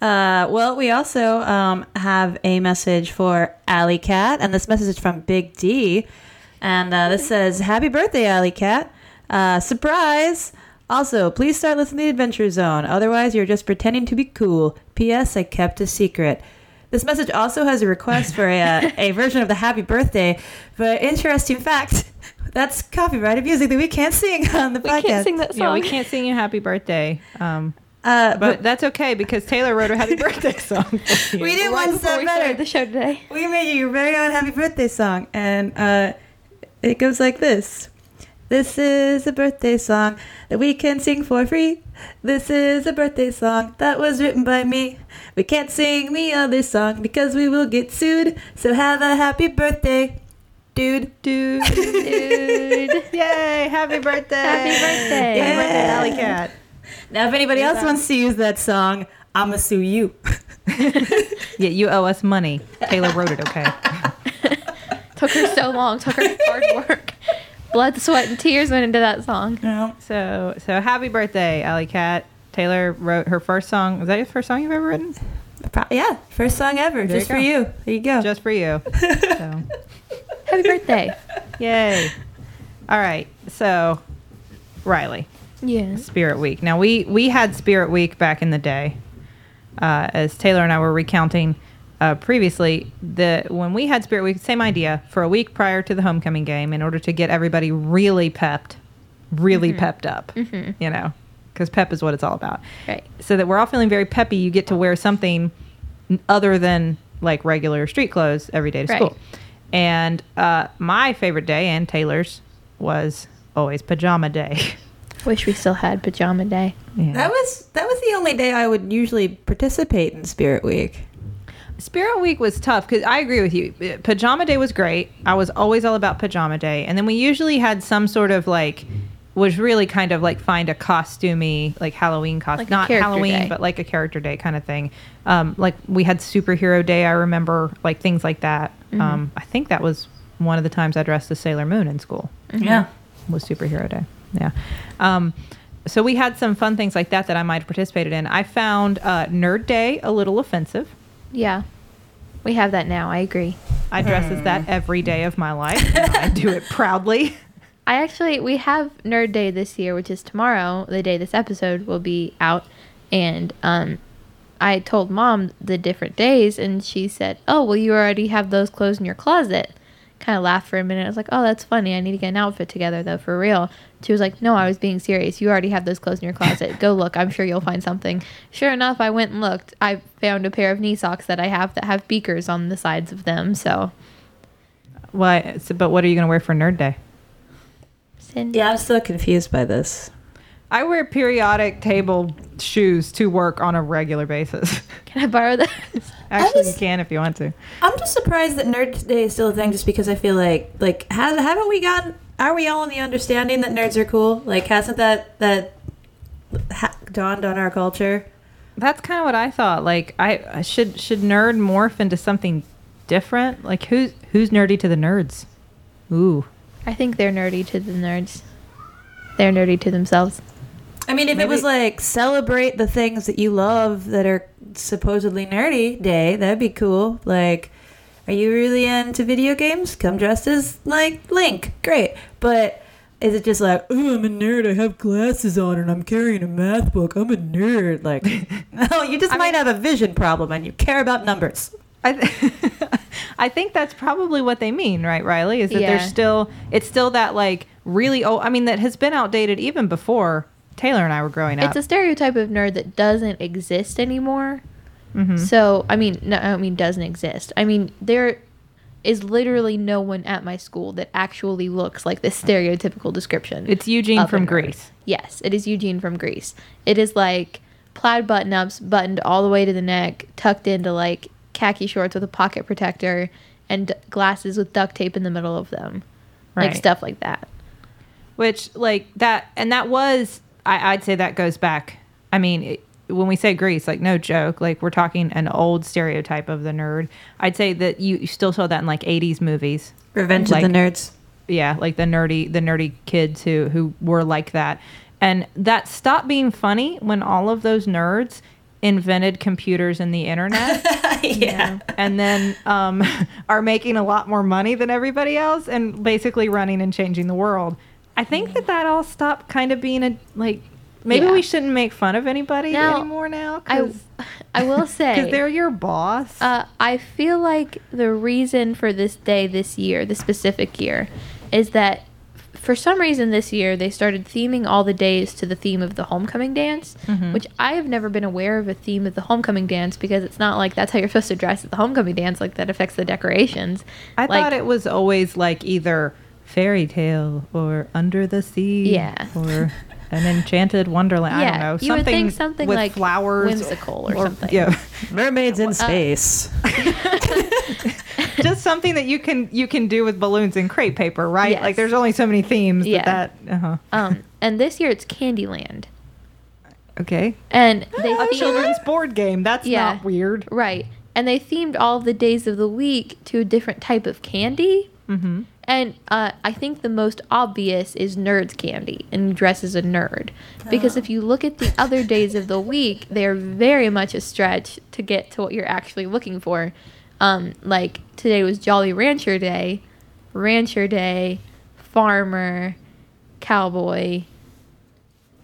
Speaker 3: Uh, well, we also um, have a message for Alley Cat, and this message is from Big D. And uh, this says, Happy birthday, Alley Cat. Uh, surprise! Also, please start listening to The Adventure Zone. Otherwise, you're just pretending to be cool. P.S. I kept a secret. This message also has a request for a, uh, a version of the Happy Birthday. But interesting fact, that's copyrighted music that we can't sing on the
Speaker 1: We
Speaker 3: podcast.
Speaker 1: can't sing that song.
Speaker 2: Yeah, we can't sing you happy birthday. Um,
Speaker 3: [laughs] Uh,
Speaker 2: but
Speaker 3: but
Speaker 2: that's okay because Taylor wrote a happy birthday [laughs] song. for you.
Speaker 3: we
Speaker 1: [laughs]
Speaker 3: did
Speaker 1: Right
Speaker 3: one
Speaker 1: before
Speaker 3: step
Speaker 1: we
Speaker 3: better.
Speaker 1: started the show
Speaker 2: [laughs]
Speaker 1: today.
Speaker 3: We made you your very own happy birthday song, and uh, it goes like this. This is a birthday song that we can sing for free. This is a birthday song that was written by me. We can't sing the other song because we will get sued. So have a happy birthday, dude.
Speaker 2: [laughs] Dude.
Speaker 1: Dude.
Speaker 2: Yay, happy birthday.
Speaker 1: Happy birthday.
Speaker 2: Happy birthday,
Speaker 3: Yeah.
Speaker 2: Alley Cat.
Speaker 3: Now, if anybody else wants to use that song, I'ma sue you. [laughs]
Speaker 2: [laughs] Yeah, you owe us money. Taylor wrote it,
Speaker 3: [laughs]
Speaker 2: okay?
Speaker 1: Took her so long. Took her hard
Speaker 2: [laughs]
Speaker 1: work. Blood, sweat, and tears went into that song.
Speaker 3: No.
Speaker 2: So, so happy birthday, Alley Cat. Taylor wrote her first song. Is that your first song you've ever written?
Speaker 3: Pro- yeah, first song ever,
Speaker 2: There
Speaker 3: just
Speaker 2: you
Speaker 3: for
Speaker 2: go.
Speaker 3: you. There you go.
Speaker 2: Just
Speaker 3: [laughs]
Speaker 2: for you. So,
Speaker 1: Happy birthday.
Speaker 2: yay. All right. So, Riley,
Speaker 1: Yes.
Speaker 2: Spirit Week. Now, we, we had Spirit Week back in the day. Uh, as Taylor and I were recounting uh, previously, the when we had Spirit Week, same idea for a week prior to the homecoming game in order to get everybody really pepped, really
Speaker 1: Mm-hmm.
Speaker 2: pepped up, you know, because pep is what it's all about.
Speaker 1: Right.
Speaker 2: so that we're all feeling very peppy, you get to wear something n- other than like regular street clothes every day to
Speaker 1: Right.
Speaker 2: school. And uh, my favorite day and Taylor's was always pajama day. [laughs]
Speaker 1: Wish we still had pajama day.
Speaker 2: Yeah.
Speaker 3: That was that was the only day I would usually participate in Spirit Week.
Speaker 2: Spirit Week was tough because I agree with you. Uh, Pajama Day was great. I was always all about Pajama Day, and then we usually had some sort of like was really kind of like find a costumey like Halloween costume,
Speaker 1: Like a
Speaker 2: not
Speaker 1: character
Speaker 2: Halloween,
Speaker 1: day.
Speaker 2: but like a character day kind of thing. Um, like we had superhero day. I remember like things like that.
Speaker 1: Mm-hmm.
Speaker 2: Um, I think that was one of the times I dressed as Sailor Moon in school
Speaker 1: Mm-hmm.
Speaker 3: Yeah.
Speaker 2: was superhero day. Yeah. Um, so we had some fun things like that that I might have participated in. I found uh, Nerd Day a little offensive.
Speaker 1: Yeah. We have that now. I agree.
Speaker 2: I dress as that every day of my life. and I do it [laughs] proudly.
Speaker 1: I actually we have Nerd Day this year, which is tomorrow, the day this episode will be out, and um, I told mom the different days, and she said, "Oh, well, you already have those clothes in your closet." Kind of laughed for a minute. I was like, "Oh, that's funny. I need to get an outfit together though, for real." She was like, "No, I was being serious. You already have those clothes in your closet. Go look. I'm sure you'll find something." Sure enough, I went and looked. I found a pair of knee socks that I have that have beakers on the sides of them. So,
Speaker 2: Why? So, but what are you going to wear for Nerd Day?
Speaker 1: Cindy.
Speaker 3: Yeah, I'm still confused by this.
Speaker 2: I wear periodic table shoes to work on a regular [laughs] basis.
Speaker 1: Can I borrow [laughs] those?
Speaker 2: Actually,
Speaker 3: was-
Speaker 2: you can if you want to.
Speaker 3: I'm just surprised that Nerd Day is still a thing, just because I feel like like has, haven't we gotten? Are we all in the understanding that nerds are cool? Like, hasn't that that ha- dawned on our culture?
Speaker 2: That's kind of what I thought. Like, I, I should should nerd morph into something different. Like, who's who's nerdy to the nerds? Ooh,
Speaker 1: I think they're nerdy to the nerds. They're nerdy to themselves.
Speaker 3: I mean, if it was like celebrate the things that you love that are supposedly nerdy day, that'd be cool. Like, are you really into video games? Come dressed as like Link. Great. But is it just like, oh, I'm a nerd. I have glasses on and I'm carrying a math book. I'm a nerd. Like, [laughs] no, you just might have a vision problem and you care about numbers.
Speaker 2: I th- [laughs] I think that's probably what they mean, right, Riley? Is that
Speaker 1: Yeah.
Speaker 2: they're still it's still that like really old. I mean, that has been outdated even before Taylor and I were growing up.
Speaker 1: It's a stereotype of nerd that doesn't exist anymore.
Speaker 2: Mm-hmm.
Speaker 1: So, I mean, no, I don't mean doesn't exist. I mean, there is literally no one at my school that actually looks like this stereotypical description.
Speaker 2: It's Eugene
Speaker 1: of a
Speaker 2: from
Speaker 1: nerd.
Speaker 2: Greece.
Speaker 1: Yes, it is Eugene from Greece. It is like plaid button ups, buttoned all the way to the neck, tucked into like khaki shorts with a pocket protector, and d- glasses with duct tape in the middle of them. Like
Speaker 2: Right.
Speaker 1: stuff like that.
Speaker 2: which like that and that was I, i'd say that goes back i mean it, when we say greece like no joke like we're talking an old stereotype of the nerd i'd say that you, you still saw that in like 80s movies
Speaker 3: Revenge
Speaker 2: Like-
Speaker 3: of the Nerds.
Speaker 2: yeah like the nerdy the nerdy kids who who were like that and that stopped being funny when all of those nerds invented computers and the internet
Speaker 1: [laughs]
Speaker 3: yeah.
Speaker 2: and then um, [laughs] are making a lot more money than everybody else and basically running and changing the world. I think that that all stopped kind of being a like. Maybe
Speaker 1: Yeah.
Speaker 2: we shouldn't make fun of anybody
Speaker 1: Now,
Speaker 2: anymore now
Speaker 1: I,
Speaker 2: because
Speaker 1: [laughs] I
Speaker 2: [laughs]
Speaker 1: will say.
Speaker 2: they're your boss.
Speaker 1: Uh, I feel like the reason for this day this year, this specific year, is that f- for some reason this year they started theming all the days to the theme of the homecoming dance,
Speaker 2: Mm-hmm.
Speaker 1: which I have never been aware of a theme of the homecoming dance because it's not like that's how you're supposed to dress at the homecoming dance, like that affects the decorations.
Speaker 2: I
Speaker 1: like,
Speaker 2: thought it was always like either fairy tale or under the sea,
Speaker 1: Yeah.
Speaker 2: or an enchanted wonderland. I
Speaker 1: Yeah,
Speaker 2: don't know
Speaker 1: you would think something
Speaker 2: with
Speaker 1: like
Speaker 2: flowers,
Speaker 1: whimsical or something. [laughs]
Speaker 2: Yeah,
Speaker 3: Mermaids in space.
Speaker 2: just something that you can you can do with balloons and crepe paper, right?
Speaker 1: Yes.
Speaker 2: Like there's only so many themes
Speaker 1: Yeah.
Speaker 2: that that. Uh-huh.
Speaker 1: [laughs] Um, and this year it's Candyland,
Speaker 2: Okay. [gasps]
Speaker 1: and they
Speaker 2: A
Speaker 1: themed-
Speaker 2: children's board game. That's
Speaker 1: Yeah.
Speaker 2: not weird.
Speaker 1: Right. And they themed all the days of the week to a different type of candy. Mm-hmm. And uh, I think the most obvious is nerd's candy and you dress as a nerd. Because if you look at the other days of the week, they're very much a stretch to get to what you're actually looking for. Um, like today was Jolly Rancher Day, Rancher Day, Farmer, Cowboy,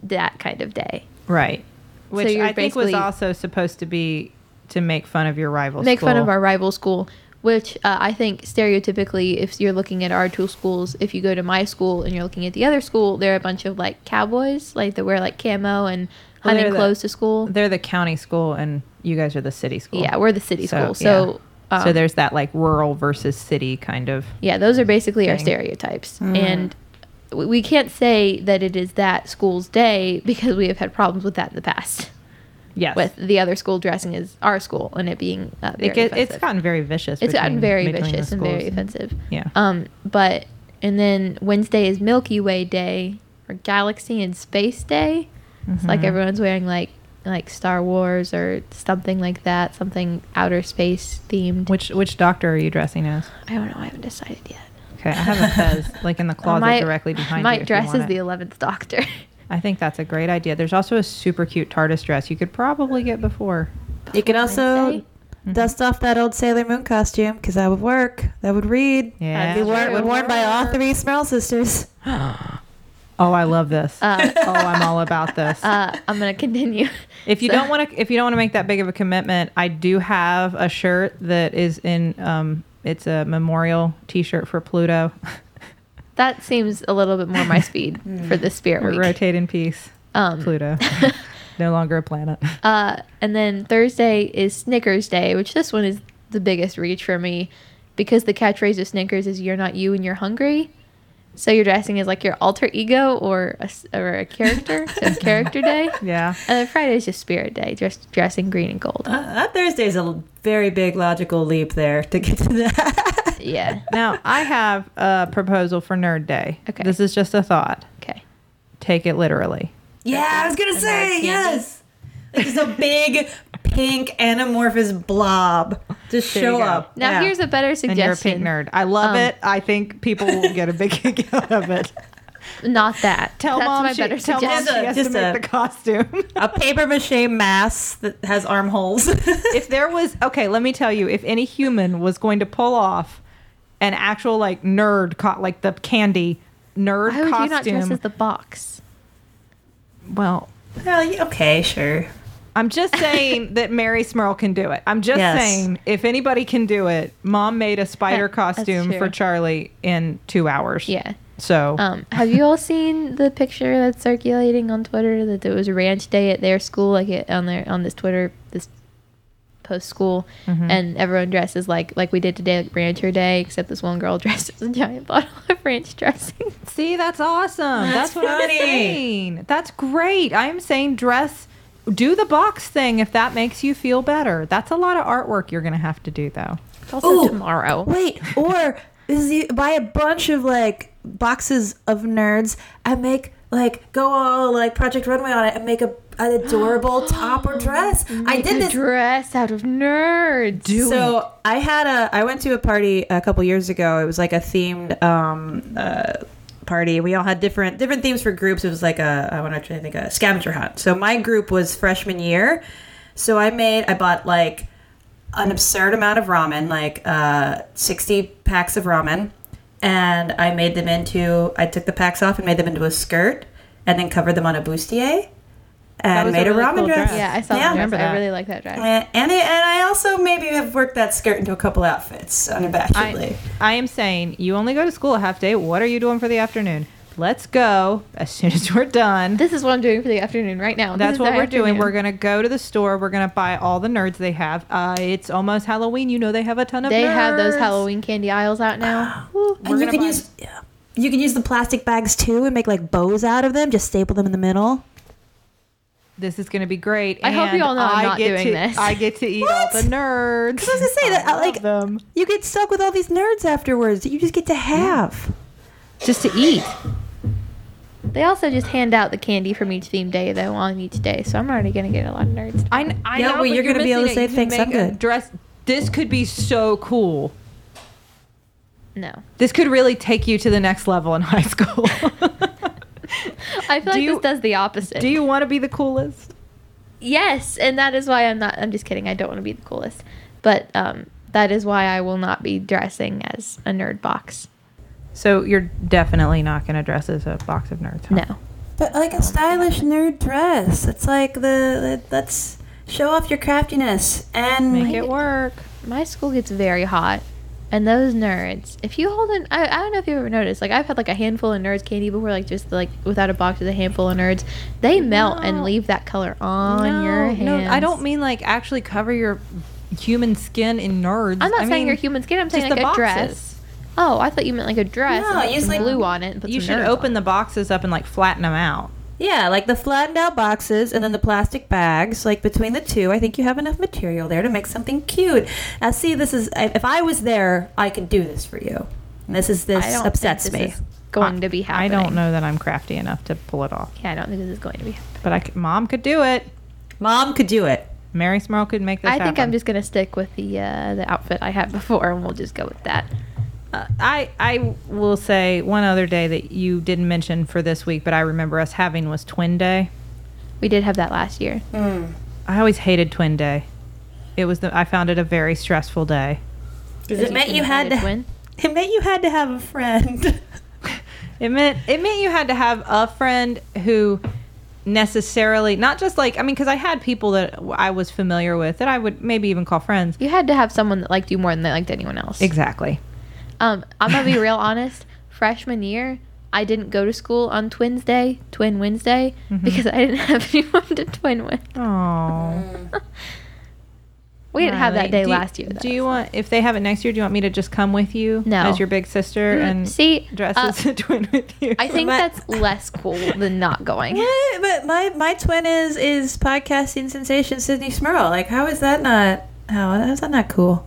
Speaker 1: that kind of day.
Speaker 2: Right. Which
Speaker 1: you're
Speaker 2: I think was
Speaker 1: basically-
Speaker 2: also supposed to be to make fun of your rival
Speaker 1: make fun
Speaker 2: school.
Speaker 1: of our rival school which uh, i think stereotypically if you're looking at our two schools if you go to my school and you're looking at the other school they're a bunch of like cowboys like that wear like camo and
Speaker 2: Well,
Speaker 1: hunting
Speaker 2: Oh, they're the-
Speaker 1: clothes to school
Speaker 2: They're the county school and you guys are the city school.
Speaker 1: yeah we're the city school so
Speaker 2: yeah.
Speaker 1: um,
Speaker 2: so there's that like rural versus city kind of.
Speaker 1: yeah those are basically our
Speaker 2: Thing.
Speaker 1: stereotypes
Speaker 2: Mm.
Speaker 1: and we- we can't say that it is that school's day because we have had problems with that in the past
Speaker 2: Yes.
Speaker 1: with the other school dressing as our school and it being uh, very
Speaker 2: it get, it's
Speaker 1: offensive.
Speaker 2: gotten very vicious.
Speaker 1: It's gotten
Speaker 2: between-
Speaker 1: very
Speaker 2: between the
Speaker 1: vicious and
Speaker 2: schools.
Speaker 1: very offensive.
Speaker 2: Yeah.
Speaker 1: Um, but and then Wednesday is Milky Way Day or Galaxy and Space Day. It's
Speaker 2: Mm-hmm.
Speaker 1: like everyone's wearing like like Star Wars or something like that, something outer space themed.
Speaker 2: Which which doctor are you dressing as?
Speaker 1: I don't know. I haven't decided yet.
Speaker 2: Okay, I have a
Speaker 1: [laughs]
Speaker 2: Fez like in the
Speaker 1: I
Speaker 2: closet
Speaker 1: might-
Speaker 2: directly behind you.
Speaker 1: might
Speaker 2: if you
Speaker 1: dress
Speaker 2: want
Speaker 1: as
Speaker 2: it.
Speaker 1: the eleventh
Speaker 2: [laughs]
Speaker 1: Doctor.
Speaker 2: I think that's a great idea. There's also a super cute TARDIS dress you could probably get before.
Speaker 3: You could
Speaker 1: [laughs]
Speaker 3: also
Speaker 1: Wednesday?
Speaker 3: Dust off that old Sailor Moon costume because I would work. That would read.
Speaker 2: Yeah.
Speaker 3: I'd be worn,
Speaker 1: True.
Speaker 3: worn by all three Smell Sisters.
Speaker 2: Oh, I love this.
Speaker 1: Uh,
Speaker 2: oh, I'm all about this.
Speaker 1: [laughs] uh, I'm gonna continue.
Speaker 2: If you
Speaker 1: So-
Speaker 2: don't want to, if you don't want to make that big of a commitment, I do have a shirt that is in. Um, it's a memorial T-shirt for Pluto. [laughs]
Speaker 1: that seems a little bit more my speed for this spirit week.
Speaker 2: Rotate in peace,
Speaker 1: Um, [laughs]
Speaker 2: Pluto. [laughs] no longer a planet.
Speaker 1: Uh, and then Thursday is Snickers Day, which this one is the biggest reach for me because the catchphrase of Snickers is "You're not you and you're hungry." So you're dressing as like your alter ego or a, s- or a
Speaker 2: [laughs]
Speaker 1: character. so it's character day.
Speaker 2: Yeah.
Speaker 1: And then Friday is just Spirit Day, just dress in green and gold.
Speaker 3: Uh, that Thursday's a very big logical leap there to get to that.
Speaker 1: Yeah.
Speaker 2: Now I have a proposal for Nerd Day.
Speaker 1: Okay.
Speaker 2: This is just a thought.
Speaker 1: Okay.
Speaker 2: Take it literally.
Speaker 3: yeah, I was gonna say yes. Like just a big pink anamorphous blob just
Speaker 2: There you
Speaker 3: show
Speaker 2: go.
Speaker 3: up.
Speaker 1: Now
Speaker 3: Yeah.
Speaker 1: here's a better
Speaker 2: And you're a pink
Speaker 1: suggestion.
Speaker 2: nerd. I love
Speaker 1: Um,
Speaker 2: it. I think people will get a big [laughs] kick out of it.
Speaker 1: Not that.
Speaker 2: Tell
Speaker 1: That's
Speaker 2: mom
Speaker 1: my
Speaker 2: she,
Speaker 1: better
Speaker 2: tell mom
Speaker 1: suggestion.
Speaker 2: she has to
Speaker 3: Just
Speaker 2: make
Speaker 3: a-
Speaker 2: the costume.
Speaker 3: a
Speaker 2: [laughs]
Speaker 3: paper mache mass that has armholes.
Speaker 2: if there was okay, let me tell you, if any human was going to pull off an actual like nerd co- like the candy nerd
Speaker 1: Why would you not
Speaker 2: costume.
Speaker 1: dress as the box?
Speaker 2: well,
Speaker 3: [laughs] well, yeah, okay, sure.
Speaker 2: I'm
Speaker 1: [laughs]
Speaker 2: just saying that Mary Smurl can do it. I'm just
Speaker 3: Yes.
Speaker 2: saying if anybody can do it, mom made a spider
Speaker 1: That's
Speaker 2: costume for
Speaker 1: true.
Speaker 2: Charlie in 2 hours.
Speaker 1: Yeah.
Speaker 2: So, [laughs]
Speaker 1: Um, have you all seen the picture that's circulating on Twitter that there was ranch day at their school, like it, on their on this Twitter this post school,
Speaker 2: Mm-hmm.
Speaker 1: and everyone dresses like like we did today, like Rancher Day, except this one girl [laughs] dresses a giant bottle of ranch dressing.
Speaker 2: see, that's awesome. That's,
Speaker 3: That's
Speaker 2: what I'm
Speaker 3: funny.
Speaker 2: saying. That's great. I'm saying dress do the box thing if that makes you feel better. That's a lot of artwork you're going to have to do though.
Speaker 1: Also
Speaker 3: Ooh.
Speaker 1: tomorrow,
Speaker 3: Wait, or is you buy a bunch of like boxes of nerds and make like go all like Project Runway on it and make a an adorable top or dress. I
Speaker 1: Make a
Speaker 3: did this
Speaker 1: dress out of nerds.
Speaker 3: so I had a I went to a party a couple years ago. It was like a themed um uh party. We all had different different themes for groups. It was like a I want to try to think a scavenger hunt. So my group was freshman year. So I made I bought like an absurd amount of ramen, like uh 60 packs of ramen, and I made them into I took the packs off and made them into a skirt and then covered them on a bustier
Speaker 2: That
Speaker 3: and
Speaker 2: was a
Speaker 3: made a,
Speaker 2: really
Speaker 3: ramen
Speaker 2: cool
Speaker 3: dress.
Speaker 2: dress.
Speaker 1: yeah, I saw that.
Speaker 2: remember
Speaker 1: Dress. I
Speaker 2: that.
Speaker 1: really like that dress.
Speaker 3: And and, it, and I also maybe have worked that skirt into a couple outfits unabashedly.
Speaker 2: I, I am saying you only go to school a half day. What are you doing for the afternoon? Let's go as soon as we're done.
Speaker 1: This is what I'm doing for the afternoon right now. This
Speaker 2: That's
Speaker 1: is
Speaker 2: what
Speaker 1: the
Speaker 2: we're doing.
Speaker 1: afternoon.
Speaker 2: We're gonna go to the store. We're gonna buy all the nerds they have. Uh, it's almost Halloween. You know they have a ton of.
Speaker 1: they have those
Speaker 2: nerds.
Speaker 1: Halloween candy aisles out
Speaker 2: [gasps]
Speaker 1: now.
Speaker 2: Woo, we're
Speaker 3: and you
Speaker 2: gonna
Speaker 3: can
Speaker 2: buy-
Speaker 3: use yeah. you can use the plastic bags too and make like bows out of them. Just staple them in the middle.
Speaker 2: This is gonna be great.
Speaker 1: I hope you
Speaker 2: and
Speaker 1: all know I'm
Speaker 2: I
Speaker 1: not
Speaker 2: get
Speaker 1: doing
Speaker 2: to-
Speaker 1: this.
Speaker 2: I get to eat all
Speaker 3: What?
Speaker 2: the nerds.
Speaker 3: I was gonna say that
Speaker 2: I
Speaker 3: like
Speaker 2: love them
Speaker 3: you get stuck with all these nerds afterwards that you just get to have.
Speaker 2: just to eat.
Speaker 1: They also just hand out the candy from each theme day though on each day, so I'm already gonna get a lot of nerds.
Speaker 2: I, kn- I
Speaker 3: Yeah,
Speaker 2: know,
Speaker 3: well,
Speaker 2: but
Speaker 3: you're gonna be
Speaker 2: missing
Speaker 3: able to
Speaker 2: it.
Speaker 3: say,
Speaker 2: You can
Speaker 3: "Thanks, I'm
Speaker 2: make a
Speaker 3: good."
Speaker 2: Dress. This could be so cool.
Speaker 1: No.
Speaker 2: This could really take you to the next level in [laughs] high school.
Speaker 1: I feel
Speaker 2: Do
Speaker 1: like
Speaker 2: you-
Speaker 1: this does the opposite.
Speaker 2: Do you want to be the coolest?
Speaker 1: yes, and that is why I'm not. I'm just kidding. I don't want to be the coolest, but um, that is why I will not be dressing as a nerd box.
Speaker 2: So you're definitely not going to dress as a box of nerds. huh?
Speaker 1: No.
Speaker 3: But like a stylish nerd dress. It's like the let's show off your craftiness and
Speaker 2: Make it work.
Speaker 1: my school gets very hot and those nerds if you hold an I, I don't know if you ever noticed like i've had like a handful of nerds candy before like just like without a box with a handful of nerds they melt and
Speaker 2: No.
Speaker 1: leave that color on your hands
Speaker 2: I don't mean like actually cover your human skin in nerds.
Speaker 1: i'm not
Speaker 2: I
Speaker 1: saying
Speaker 2: mean,
Speaker 1: your human skin i'm saying
Speaker 2: just
Speaker 1: like a
Speaker 2: the
Speaker 1: dress
Speaker 2: boxes.
Speaker 1: oh i thought you meant like a dress
Speaker 3: No,
Speaker 1: and, like,
Speaker 3: use,
Speaker 1: some
Speaker 3: like-
Speaker 1: glue on it and put
Speaker 2: You
Speaker 1: some
Speaker 2: should
Speaker 1: nerds
Speaker 2: open
Speaker 1: on.
Speaker 2: the boxes up and like flatten them out.
Speaker 3: Yeah, like the flattened out boxes and then the plastic bags. Like between the two, I think you have enough material there to make something cute. Now, see, this is I- if I was there, I could do this for you. And This is
Speaker 1: I
Speaker 3: this
Speaker 1: don't think
Speaker 3: upsets
Speaker 1: this
Speaker 3: me.
Speaker 1: is going to be happening
Speaker 2: I don't know that I'm crafty enough to pull it off,
Speaker 1: yeah i don't think this is going to be happening
Speaker 2: but I c- mom could do it.
Speaker 3: Mom could do it.
Speaker 2: Mary Smurl could make this
Speaker 1: i think
Speaker 2: happen.
Speaker 1: i'm just going to stick with the uh the outfit i had [laughs] before and we'll just go with that
Speaker 2: Uh, I I will say one other day that you didn't mention for this week, but I remember us having was Twin Day.
Speaker 1: we did have that last year
Speaker 2: I always hated Twin Day. it was the, I found it a very stressful day.
Speaker 3: Because
Speaker 1: As
Speaker 3: it meant
Speaker 1: can
Speaker 3: you had
Speaker 1: decided
Speaker 3: to.
Speaker 1: when.
Speaker 3: It meant you had to have a friend. [laughs]
Speaker 2: It meant it meant you had to have a friend who necessarily not just like I mean because I had people that I was familiar with that I would maybe even call friends.
Speaker 1: You had to have someone that liked you more than they liked anyone else.
Speaker 2: Exactly.
Speaker 1: Um, I'm gonna
Speaker 2: [laughs]
Speaker 1: be real honest. Freshman year, I didn't go to school on Twins Day, Twin Wednesday,
Speaker 2: Mm-hmm.
Speaker 1: because I didn't [laughs] have anyone to twin with.
Speaker 2: Oh.
Speaker 1: We didn't have that day
Speaker 2: do you-
Speaker 1: last year. Though.
Speaker 2: Do you want if they have it next year? Do you want me to just come with you
Speaker 1: No. Mm,
Speaker 2: as your big sister and
Speaker 1: see,
Speaker 2: dress
Speaker 1: uh,
Speaker 2: as a [laughs] twin with you?
Speaker 1: I
Speaker 3: [laughs]
Speaker 1: think
Speaker 3: My-
Speaker 1: that's less cool than not
Speaker 2: [laughs]
Speaker 1: going.
Speaker 3: What? But my my twin is is podcasting sensation Sydney Smurl. Like, how is that not? How how is that not cool?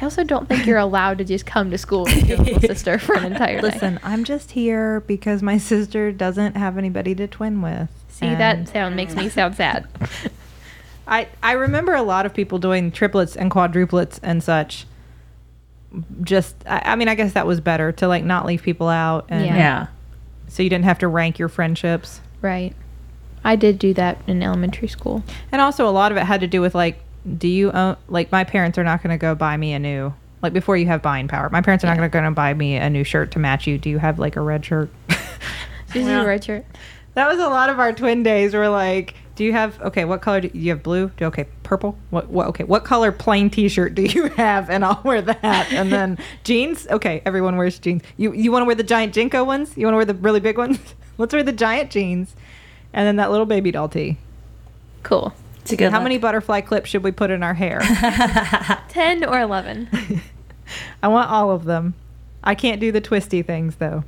Speaker 1: I also don't think you're allowed to just come to school with your little sister for an entire day.
Speaker 2: Listen, I'm just here because my sister doesn't have anybody to twin with.
Speaker 1: see that sound makes me sound sad.
Speaker 2: I I remember a lot of people doing triplets and quadruplets and such. Just I, I mean I guess that was better to like not leave people out and
Speaker 1: Yeah.
Speaker 2: so you didn't have to rank your friendships.
Speaker 1: Right. I did do that in elementary school.
Speaker 2: And also a lot of it had to do with like do you own like my parents are not going to go buy me a new like before you have buying power. My parents are not going to go buy me a new shirt to match you. Do you have like a red shirt? [laughs]
Speaker 1: This is a red shirt.
Speaker 2: That was a lot of our twin days. We're like, do you have okay? What color do you have? Blue? Do, okay, purple. What? What? Okay, what color plain T-shirt do [laughs] you have? And I'll wear that. And then jeans. Okay, everyone wears jeans. You you want to wear the giant Jinko ones? You want to wear the really big ones? [laughs] Let's wear the giant jeans. And then that little baby doll tee.
Speaker 1: Cool.
Speaker 3: It's a good.
Speaker 2: How
Speaker 3: look.
Speaker 2: many butterfly clips should we put in our hair?
Speaker 1: 10 or 11.
Speaker 2: I want all of them. I can't do the twisty things though.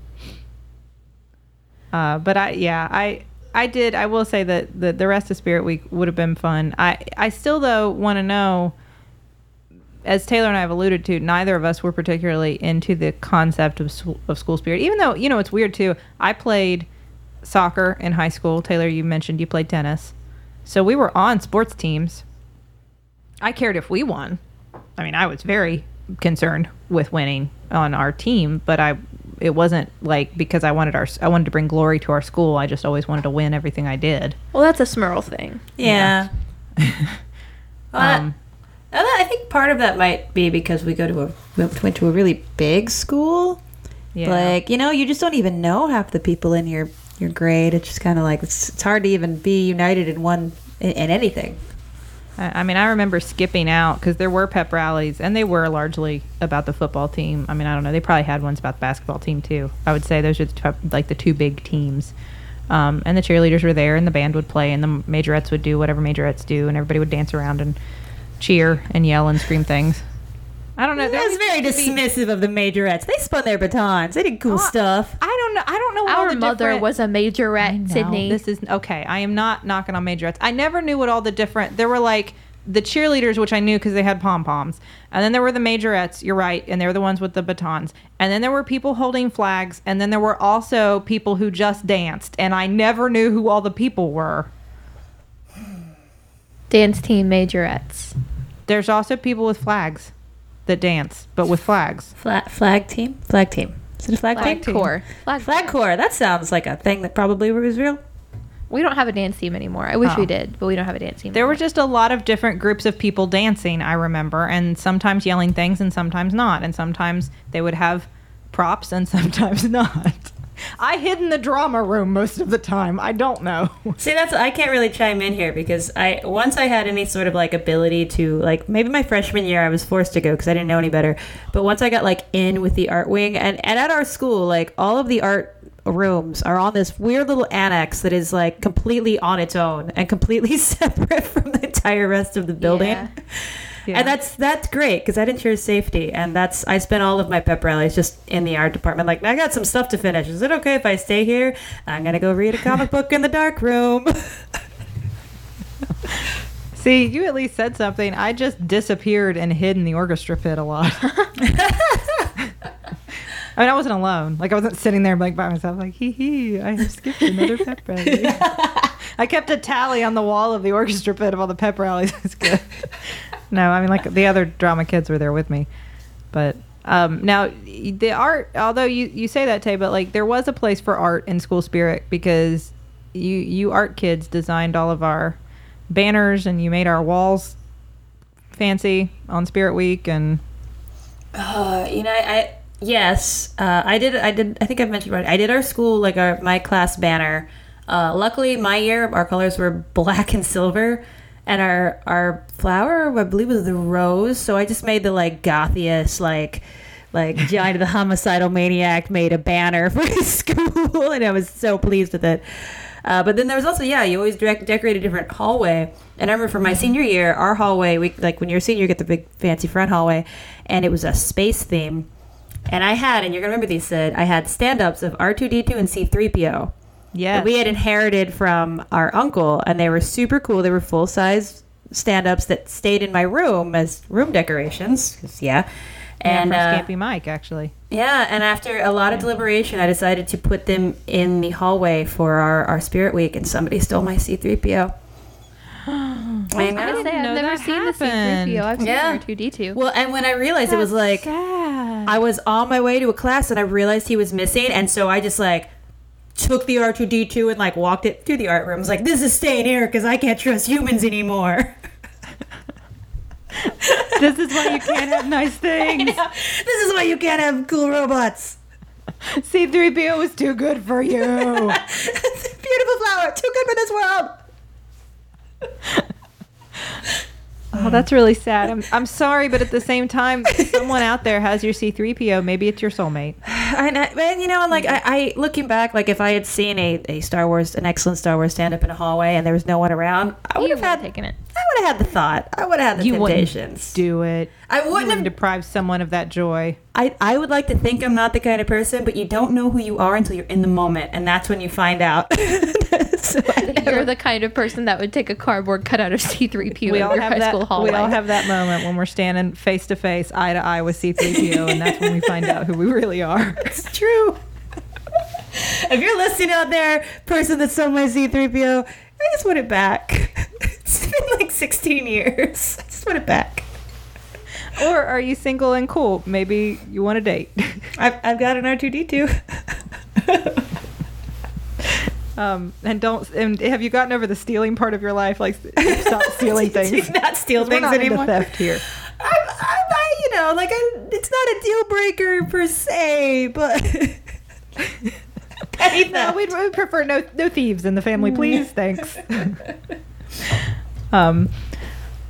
Speaker 2: Uh, but I yeah I I did I will say that the the rest of Spirit Week would have been fun. I I still though want to know. As Taylor and I have alluded to, neither of us were particularly into the concept of sw- of school spirit. Even though you know it's weird too. I played soccer in high school. Taylor, you mentioned you played tennis, so we were on sports teams. I cared if we won. I mean, I was very concerned with winning on our team, but I it wasn't like because I wanted our I wanted to bring glory to our school. I just always wanted to win everything I did.
Speaker 1: Well, that's a Smurl thing.
Speaker 3: [laughs] Yeah. Well, I-
Speaker 2: Um,
Speaker 3: I don't- I think part of that might be because we go to a we went to a really big school.
Speaker 2: Yeah.
Speaker 3: Like you know, you just don't even know half the people in your your grade. It's just kind of like it's, it's hard to even be united in one in, in anything.
Speaker 2: I, I mean, I remember skipping out because there were pep rallies, and they were largely about the football team. I mean, I don't know. They probably had ones about the basketball team too. I would say those are the two, like the two big teams. Um, and the cheerleaders were there, and the band would play, and the majorettes would do whatever majorettes do, and everybody would dance around and cheer and yell and scream things. I don't know. there
Speaker 3: That was
Speaker 2: always
Speaker 3: very
Speaker 2: seemed to be-
Speaker 3: dismissive of the majorettes. They spun their batons. They did cool stuff.
Speaker 2: I don't know. I don't know. what all
Speaker 1: Our
Speaker 2: the
Speaker 1: mother
Speaker 2: different-
Speaker 1: was a majorette,
Speaker 2: No,
Speaker 1: Sydney.
Speaker 2: This is okay. I am not knocking on majorettes. I never knew what all the different. There were like the cheerleaders, which I knew because they had pom poms, and then there were the majorettes. You're right, and they were the ones with the batons, and then there were people holding flags, and then there were also people who just danced, and I never knew who all the people were.
Speaker 1: Dance team majorettes.
Speaker 2: There's also people with flags that dance, but with flags.
Speaker 3: Flag, flag team? Flag team. Is it a flag,
Speaker 1: Flag
Speaker 3: team?
Speaker 1: corps. Flag,
Speaker 3: Flag Corps. That sounds like a thing that probably was real.
Speaker 1: We don't have a dance team anymore. I wish
Speaker 2: Oh.
Speaker 1: we did, but we don't have a dance team.
Speaker 2: There were just a lot of different groups of people dancing, I remember, and sometimes yelling things and sometimes not. And sometimes they would have props and [laughs] sometimes not. I hid in the drama room most of the time. I don't know.
Speaker 3: See, that's I can't really chime in here because I once I had any sort of like ability to like maybe my freshman year I was forced to go because I didn't know any better. But once I got like in with the art wing and and at our school like all of the art rooms are on this weird little annex that is like completely on its own and completely [laughs] separate from the entire rest of the building.
Speaker 1: Yeah.
Speaker 3: [laughs]
Speaker 2: Yeah.
Speaker 3: And that's that's great because that ensures safety. And that's I spent all of my pep rallies just in the art department. Like I got some stuff to finish. Is it okay if I stay here? I'm gonna go read a comic book in the dark room. [laughs]
Speaker 2: See, you at least said something. I just disappeared and hid in the orchestra pit a lot. I mean, I wasn't alone. Like, I wasn't sitting there like by myself, like, hee hee, I have skipped another pep rally. I kept a tally on the wall of the orchestra pit of all the pep rallies. [laughs] It's good. no, I mean, like, the other drama kids were there with me. But um, now, y- the art, although you, you say that, Tay, but like, there was a place for art in school spirit because you, you art kids designed all of our banners and you made our walls fancy on Spirit Week and
Speaker 3: Uh, you know, I, I yes, uh, I did. I did. I think I've mentioned already. I did our school like our my class banner. Uh, luckily, my year our colors were [laughs] black and silver, and our our flower I believe was the rose. So I just made the like gothiest like. Like Johnny the homicidal maniac made a banner [laughs] for his school, and I was so pleased with it. Uh, but then there was also yeah, you always direct, decorate a different hallway. And I remember for my senior year, our hallway, we like when you're a senior, you get the big fancy front hallway, and it was a space theme. And I had, and you're gonna remember these, Sid. I had stand-ups of R2D2 and C3PO
Speaker 2: yeah,
Speaker 3: that we had inherited from our uncle, and they were super cool. They were full size stand ups that stayed in my room as room decorations. 'cause, yeah, and
Speaker 2: from
Speaker 3: uh,
Speaker 2: Scampy Mike actually.
Speaker 3: yeah, and after a lot of deliberation, I decided to put them in the hallway for our, our spirit week, and somebody stole my C3PO. I
Speaker 1: I would say
Speaker 3: know.
Speaker 2: know
Speaker 1: I've never
Speaker 2: that
Speaker 1: seen
Speaker 2: happened.
Speaker 1: the C3PO. I've seen
Speaker 3: Yeah.
Speaker 1: R2D2.
Speaker 3: Well, and when I realized it was like
Speaker 2: sad.
Speaker 3: I was on my way to a class and I realized he was missing, and so I just like took the R2D2 and like walked it through the art room. I was like, "This is staying here because I can't trust humans anymore." [laughs]
Speaker 2: this is why you can't have nice
Speaker 3: [laughs]
Speaker 2: things.
Speaker 3: this is why you can't have cool robots. [laughs]
Speaker 2: C3PO is too good for
Speaker 3: [laughs]
Speaker 2: you.
Speaker 3: It's a beautiful flower, too good for this world.
Speaker 2: Oh, that's really sad. I'm, I'm sorry, but at the same time, someone out there has your C3PO. Maybe it's your soulmate.
Speaker 3: And, I, and you know, and like
Speaker 2: Hmm.
Speaker 3: I, I, looking back, like if I had seen a, a Star Wars, an excellent Star Wars stand up in a hallway, and there was no one around, I would
Speaker 1: you
Speaker 3: have
Speaker 1: would
Speaker 3: had,
Speaker 1: have taken it.
Speaker 3: I would have had the thought, I would have had the
Speaker 2: wouldn't
Speaker 3: temptations.
Speaker 2: do it.
Speaker 3: I
Speaker 2: You
Speaker 3: wouldn't
Speaker 2: wouldn't
Speaker 3: have.
Speaker 2: deprive someone of that joy.
Speaker 3: I, I would like to think I'm not the kind of person, but you don't know who you are until you're in the moment, and that's when you find out. [laughs] so I
Speaker 1: You're the kind of person that would take a cardboard cutout of C3PO
Speaker 2: we
Speaker 1: in
Speaker 2: all
Speaker 1: your
Speaker 2: have
Speaker 1: high
Speaker 2: that.
Speaker 1: school hallway.
Speaker 2: We all have that moment when we're standing face to face, eye to eye with C3PO, and that's when we find out who we really are.
Speaker 3: It's true. [laughs] if you're listening out there, person that sold my C3PO, I just want it back. [laughs] it's been like 16 years. I just want it back.
Speaker 2: or are you single and cool? Maybe you want a date. [laughs]
Speaker 3: I've, I've got an [laughs] R2D2.
Speaker 2: Um, and don't. And have you gotten over the stealing part of your life? Like, stop stealing things.
Speaker 3: [laughs] Do not steal
Speaker 2: We're
Speaker 3: things
Speaker 2: not into
Speaker 3: anymore.
Speaker 2: theft here.
Speaker 3: I'm, I'm, I, you know, like, I, it's not a deal breaker per se, but. [laughs] Petty
Speaker 2: No,
Speaker 3: theft.
Speaker 2: we'd, we'd prefer no no thieves in the family,
Speaker 3: Mm.
Speaker 2: please.
Speaker 3: [laughs]
Speaker 2: Thanks. um,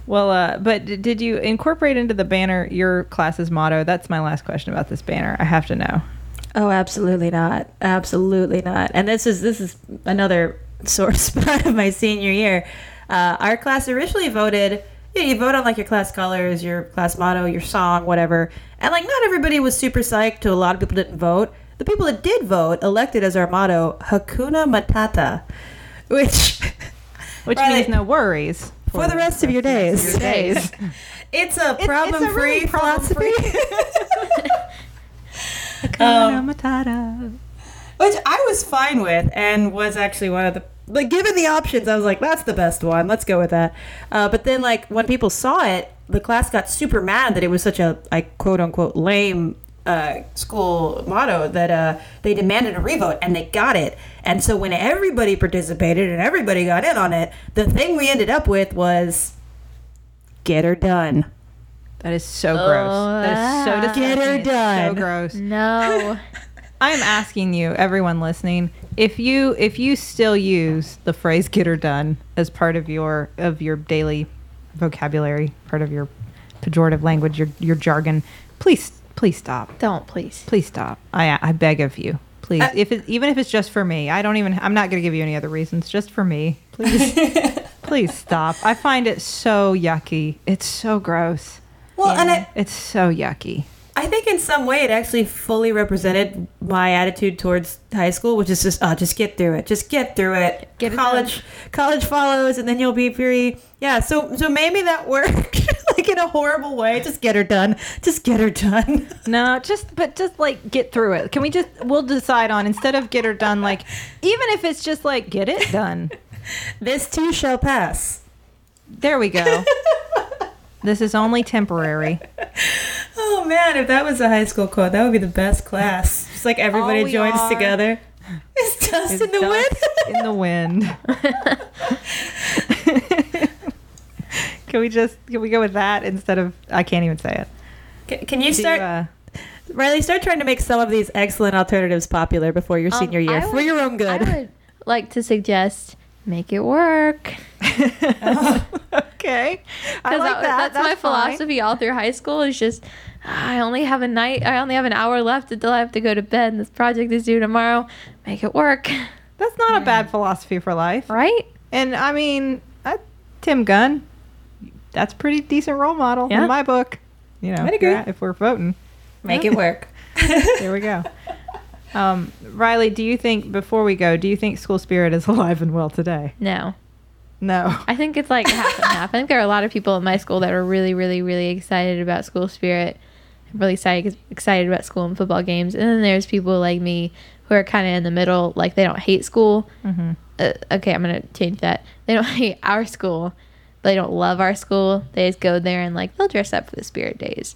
Speaker 2: well, uh, but d- did you incorporate into the banner your class's motto? That's my last question about this banner. I have to know.
Speaker 3: Oh, absolutely not. Absolutely not. And this is this is another sore [laughs] spot of my senior year. Uh, our class originally voted. You, know, you vote on like your class colors, your class motto, your song, whatever. And like not everybody was super psyched. To a lot of people didn't vote. The people that did vote elected as our motto Hakuna Matata, which [laughs]
Speaker 2: Which
Speaker 3: Right.
Speaker 2: means no worries
Speaker 3: for the rest of your days,
Speaker 2: days.
Speaker 3: it's a
Speaker 2: a
Speaker 3: problem-free
Speaker 2: really problem-free- [laughs]
Speaker 3: [laughs] philosophy. Um,
Speaker 2: Hakuna Matata.
Speaker 3: which I was fine with, and was actually one of the like given the options, I was like, that's the best one. Let's go with that. Uh, but then, like when people saw it, the class got super mad that it was such a like quote unquote lame uh, school motto that uh, they demanded a revote, and they got it. And so when everybody participated and everybody got in on it, the thing we ended up with was get her done.
Speaker 2: That is so gross. That is so disgusting.
Speaker 3: Get her
Speaker 2: It's So
Speaker 3: done.
Speaker 2: gross. [laughs]
Speaker 1: No.
Speaker 2: I'm asking you, everyone listening, if you if you still use the phrase "get her done" as part of your of your daily vocabulary, part of your pejorative language, your your jargon, please please stop.
Speaker 1: Don't, please.
Speaker 2: Please stop. I I beg of you. Please,
Speaker 3: Uh,
Speaker 2: if it, even if it's just for me, I don't even. I'm not going to give you any other reasons. Just for me, please,
Speaker 3: [laughs]
Speaker 2: please stop. I find it so yucky. It's so gross.
Speaker 3: Well, and I,
Speaker 2: It's so yucky.
Speaker 3: I think in some way it actually fully represented my attitude towards high school, which is just, oh, just get through it, just get through it.
Speaker 1: Get it
Speaker 3: college, college follows, and then you'll be free. Yeah. So, so maybe that worked, [laughs] like in a horrible way. Just get her done. Just get her done. [laughs]
Speaker 2: No, just but just like get through it. Can we just we'll decide on instead of get her done like even if it's just like get it done.
Speaker 3: This too shall pass.
Speaker 2: There we go. [laughs] this is only temporary.
Speaker 3: Oh man, if that was a high school quote, that would be the best class. Just like everybody
Speaker 2: All we
Speaker 3: joins
Speaker 2: are
Speaker 3: together. Oh, [laughs] It's dust in the wind.
Speaker 1: [laughs]
Speaker 2: Dust in the wind. [laughs] Can we just can we go with that instead of I can't even say it.
Speaker 3: C- [laughs] Can you
Speaker 2: Do,
Speaker 3: start,
Speaker 2: uh,
Speaker 3: Riley? Start trying to make some of these excellent alternatives popular before your
Speaker 1: Um,
Speaker 3: senior year
Speaker 1: I
Speaker 3: for
Speaker 1: would-
Speaker 3: your own good. [laughs]
Speaker 1: I would like to suggest make it work.
Speaker 2: uh, [laughs] okay. I
Speaker 1: 'Cause
Speaker 2: like that.
Speaker 1: That's, my
Speaker 2: fine.
Speaker 1: philosophy all through high school is just "Ah, I only have a night. I only have an hour left until I have to go to bed. And this project is due tomorrow. Make it work,
Speaker 2: That's not a bad philosophy for life.
Speaker 1: right?
Speaker 2: And I mean, I, Tim Gunn, that's pretty decent role model
Speaker 1: Yeah.
Speaker 2: in my book. You know,
Speaker 3: I'd agree.
Speaker 2: if we're voting,
Speaker 4: Make it work.
Speaker 2: there
Speaker 1: [laughs]
Speaker 2: we go. um, Riley, do you think before we go, do you think school spirit is [laughs] alive and well today?
Speaker 1: No,
Speaker 2: No.
Speaker 1: I think it's like half and half. [laughs] I think there are a lot of people in my school that are really, really, really excited about school spirit. and really excited excited about school and football games. And then there's people like me who are kind of in the middle. Like they don't hate school. Uh, okay, I'm gonna change that. They don't [laughs] hate our school. They don't love our school. They just go there and like they'll dress up for the spirit days.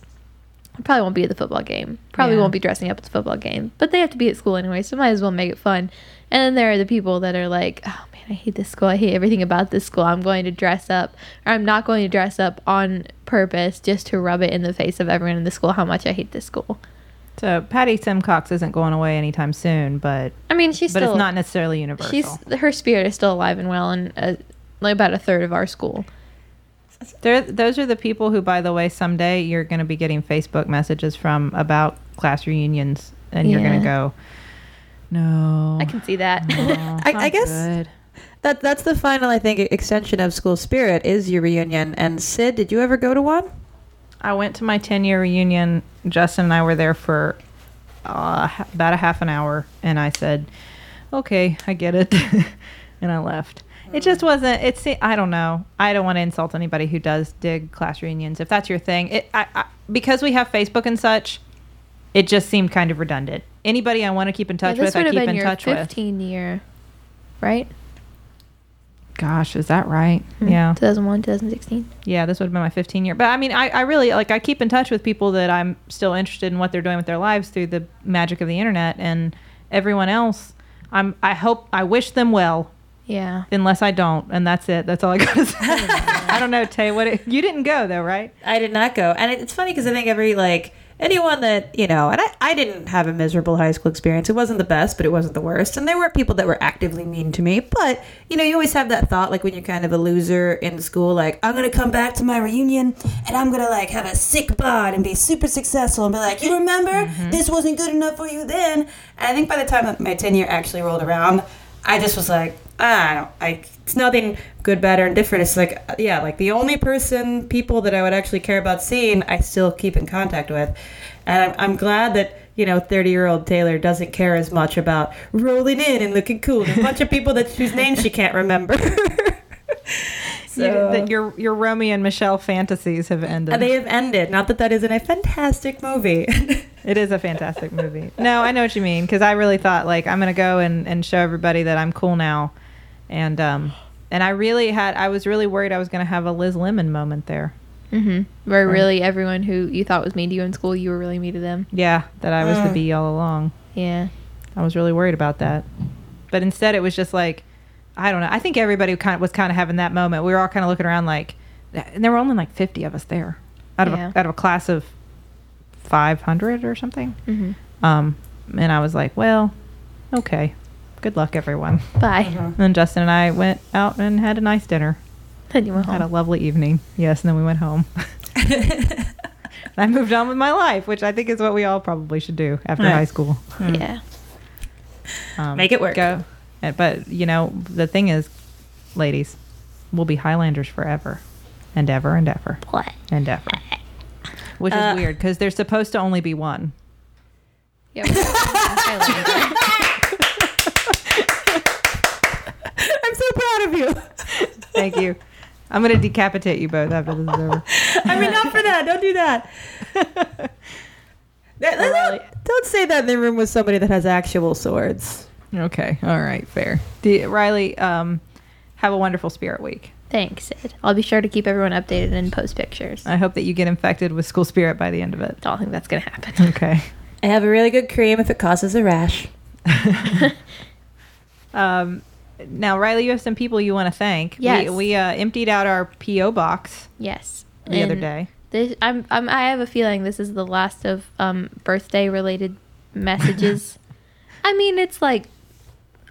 Speaker 1: I probably won't be at the football game. Probably
Speaker 2: Yeah.
Speaker 1: won't be dressing up at the football game. But they have to be at school anyway, so might as well make it fun. And then there are the people that are like, oh man, I hate this school. I hate everything about this school. I'm going to dress up, or I'm not going to dress up on purpose just to rub it in the face of everyone in the school how much I hate this school.
Speaker 2: So Patty Simcox isn't going away anytime soon, but
Speaker 1: I mean, she's
Speaker 2: but
Speaker 1: still
Speaker 2: it's not necessarily universal.
Speaker 1: she's her spirit is still alive and well, and uh, like about a third of our school.
Speaker 2: They're, those are the people who, by the way, someday you're going to be getting Facebook messages from about class reunions, and you're going
Speaker 1: Yeah.
Speaker 2: to go, no.
Speaker 1: I
Speaker 2: [laughs]
Speaker 1: can see that. [laughs]
Speaker 2: no,
Speaker 3: I-
Speaker 2: not
Speaker 3: I guess-
Speaker 2: good."
Speaker 3: [laughs] That that's the final, I think, extension of school spirit is your reunion. And Sid, did you ever go to one?
Speaker 2: I went to my 10 year reunion. Justin and I were there for uh, ha- about a half an hour, and I said, "Okay, I get it," [laughs] and I left. It
Speaker 1: Mm.
Speaker 2: just wasn't. It's. I don't know. I don't want to insult anybody who does dig class reunions. If that's your thing, it. I, I, because we have Facebook and such, it just seemed kind of redundant. Anybody I want to keep in touch
Speaker 1: Yeah,
Speaker 2: with, I keep in
Speaker 1: your
Speaker 2: touch with.
Speaker 1: 15 year, right?
Speaker 2: Gosh, is that right? Hmm. Yeah.
Speaker 1: 2001, 2016.
Speaker 2: yeah, this would have been my 15 year. But I mean, I, I really like I keep in touch with people that I'm still interested in what they're doing with their lives through the magic of the internet and everyone else. I'm I hope I wish them well
Speaker 1: Yeah.
Speaker 2: unless I don't, and that's it. That's all I [laughs] got to say. I don't know, Tay. What it, you didn't go though, right?
Speaker 3: I did not go. And it- it's funny because I think every like anyone that you know, and I, I didn't have a miserable high school experience. It wasn't the best, but it wasn't the worst. And there were people that were actively mean to me. But you know, you always have that thought like when you're kind of a loser in school, like I'm gonna come back to my reunion and I'm gonna like have a sick bod and be super successful and be like, you remember Mm-hmm. this wasn't good enough for you then. And I think by the time that my tenure actually rolled around, I just was like, I don't, I, it's nothing good, bad, or indifferent. It's like, uh, yeah, like the only person, people that I would actually care about seeing, I still keep in contact with. And I'm, I'm glad that, you know, 30 year old Taylor doesn't care as much about rolling in and looking cool. There's a bunch of people that whose names she can't remember.
Speaker 2: You-
Speaker 3: so,
Speaker 2: that your your Romeo and Michelle fantasies have ended.
Speaker 3: they have ended. Not that that isn't a fantastic movie. [laughs]
Speaker 2: It is a fantastic movie. No, I know what you mean because I really thought like I'm gonna go and, and show everybody that I'm cool now, and um and I really had I was really worried I was gonna have a Liz Lemon moment there.
Speaker 1: Mm-hmm. Where really everyone who you thought was mean to you in school, you were really mean to them.
Speaker 2: Yeah, that I was the bee all along.
Speaker 1: Yeah.
Speaker 2: I was really worried about that, but instead it was just like I don't know. I think everybody kind of was kind of having that moment. We were all kind of looking around like, and there were only like 50 of us there out of
Speaker 1: Yeah.
Speaker 2: a, out of a class of 500 or something.
Speaker 1: Mm-hmm.
Speaker 2: Um, and I was like, well, okay, good luck everyone.
Speaker 1: Bye.
Speaker 2: And then Justin and I went out and had a nice dinner.
Speaker 1: Then you went
Speaker 2: Had a
Speaker 1: home.
Speaker 2: lovely evening. Yes, and then we
Speaker 1: [laughs]
Speaker 2: went home. [laughs] And I moved on with my life, which I think is what we all probably should do after
Speaker 3: Right.
Speaker 2: high school.
Speaker 1: Yeah.
Speaker 2: Um,
Speaker 3: Make it work.
Speaker 2: Go. Uh, But, you know, the thing is, ladies, we'll be Highlanders forever and ever and ever
Speaker 1: What?
Speaker 2: and ever. Which is
Speaker 3: Uh,
Speaker 2: weird weird because there's supposed to only be one.
Speaker 1: Yeah. we're- I love it.
Speaker 3: I'm so proud of you.
Speaker 2: Thank
Speaker 3: [laughs]
Speaker 2: you. I'm going to decapitate you both after this is over.
Speaker 3: I mean, not for that. Don't do that. That- that- don't, say that in the room with somebody that has actual swords.
Speaker 2: Okay. All right. Fair. D- Riley, um, have a wonderful spirit week.
Speaker 1: [laughs] Thanks, Sid. I'll be sure to keep everyone updated and post pictures. I
Speaker 2: I hope that you get infected with school spirit by the end of it. [laughs]
Speaker 1: don't think that's gonna happen.
Speaker 2: Okay.
Speaker 3: I have a really good cream if it causes a rash.
Speaker 2: Um, now, Riley, you have some people you want to thank.
Speaker 1: Yes.
Speaker 2: We, we uh, emptied out our P.O. box
Speaker 1: Yes.
Speaker 2: the other
Speaker 1: And
Speaker 2: day.
Speaker 1: This, I'm, I'm, I have a feeling this is the last of um, birthday related messages. I mean, it's like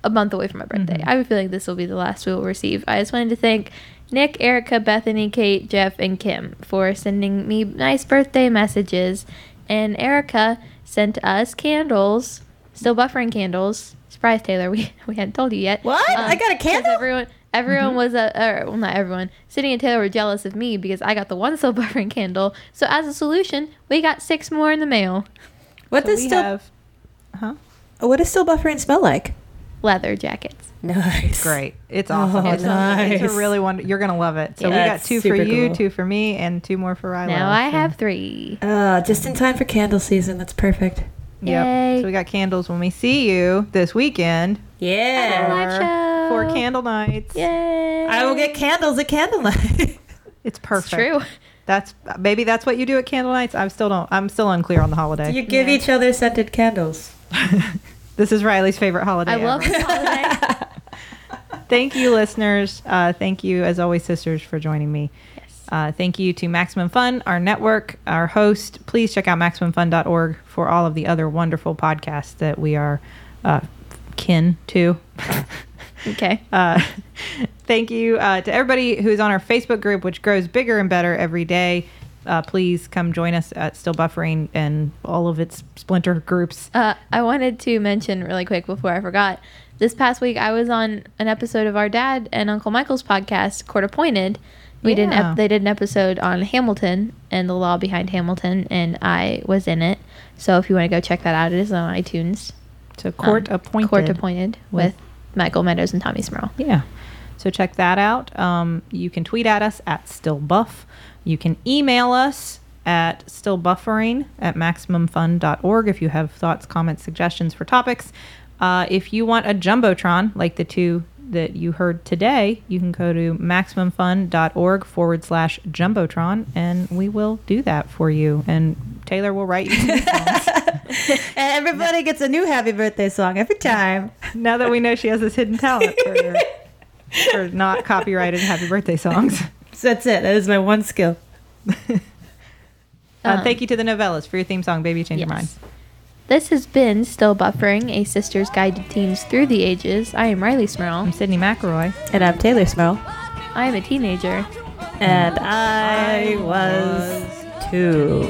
Speaker 1: a month away from my birthday. I have a feeling this will be the last we will receive. I just wanted to thank Nick, Erica, Bethany, Kate, Jeff, and Kim for sending me nice birthday messages. And Erica sent us candles, still buffering candles. Surprise, Taylor, [laughs] we, we hadn't told you yet.
Speaker 5: What? I got a
Speaker 1: Um, 'cause
Speaker 5: candle? Mm-hmm.
Speaker 1: Everyone, everyone was a, or, well, not everyone. Sydney and Taylor were jealous of me because I got the one [laughs] still buffering candle. So as a solution, we got six more in the mail.
Speaker 5: What does
Speaker 2: we
Speaker 5: still
Speaker 2: have. Huh?
Speaker 5: what does still buffering smell like?
Speaker 1: Leather jackets.
Speaker 5: Nice.
Speaker 2: Great. [laughs] It's awesome.
Speaker 5: Oh,
Speaker 2: it's, awesome. It's
Speaker 5: nice.
Speaker 2: a really wonderful. You're going to love it. So
Speaker 5: Yeah,
Speaker 2: we got
Speaker 5: it's
Speaker 2: two for
Speaker 5: super
Speaker 2: you,
Speaker 5: cool.
Speaker 2: two for me, and two more for Riley.
Speaker 1: now I
Speaker 2: So-
Speaker 1: have three.
Speaker 5: Uh, just in time for candle season. That's perfect.
Speaker 1: Yay.
Speaker 2: Yep. So we got candles when we see you this weekend.
Speaker 1: At a
Speaker 5: Yeah.
Speaker 1: live
Speaker 2: for-
Speaker 1: show.
Speaker 2: for candle nights.
Speaker 1: Yay!
Speaker 5: I will get candles at candle night.
Speaker 2: It's
Speaker 1: It's
Speaker 2: perfect.
Speaker 1: true.
Speaker 2: That's maybe that's what you do at candle nights. I'm still don't. I'm still unclear on the holiday.
Speaker 5: you give each other scented candles.
Speaker 2: this is Riley's favorite holiday.
Speaker 1: I love
Speaker 2: ever.
Speaker 1: this holiday.
Speaker 5: [laughs]
Speaker 2: Thank you, listeners. Uh, thank you, as always, sisters, for joining me.
Speaker 1: Yes.
Speaker 2: Uh, thank you to Maximum Fun, our network, our host. Please check out MaximumFun.org for all of the other wonderful podcasts that we are uh, kin to. [laughs]
Speaker 1: Okay.
Speaker 2: Uh, thank you uh, to everybody who's on our Facebook group, which grows bigger and better every day. Uh, please come join us at Still Buffering and all of its splinter groups.
Speaker 1: Uh, I wanted to mention really quick before I forgot. This past week, I was on an episode of our dad and Uncle Michael's podcast, Court Appointed. We did an
Speaker 2: Yeah.
Speaker 1: ep- they did an episode on Hamilton and the law behind Hamilton, and I was in it. So if you want to go check that out, it is on iTunes.
Speaker 2: So court
Speaker 1: Um,
Speaker 2: appointed.
Speaker 1: Court appointed with, Michael Meadows and Tommy Smurl.
Speaker 2: Yeah. So check that out. Um, you can tweet at us at stillbuff. You can email us at stillbuffering at maximumfun.org if you have thoughts, comments, suggestions for topics. Uh, if you want a jumbotron like the two that you heard today, you can go to maximumfun.org forward slash jumbotron and we will do that for you. And Taylor will write you.
Speaker 5: And everybody gets a new happy birthday song every time.
Speaker 2: now that we know she has this hidden talent for, for not copyrighted happy birthday songs.
Speaker 5: So [laughs] that's it. That is my one skill.
Speaker 2: Uh,
Speaker 1: Um,
Speaker 2: thank you to the novellas for your theme song, Baby Change Your Mind.
Speaker 1: This has been Still Buffering, a sister's guide to teens through the ages. I am Riley
Speaker 2: I'm
Speaker 1: Smurl.
Speaker 2: Sydney McElroy.
Speaker 5: And I'm Taylor Smurl.
Speaker 1: I am a teenager.
Speaker 5: And I was two.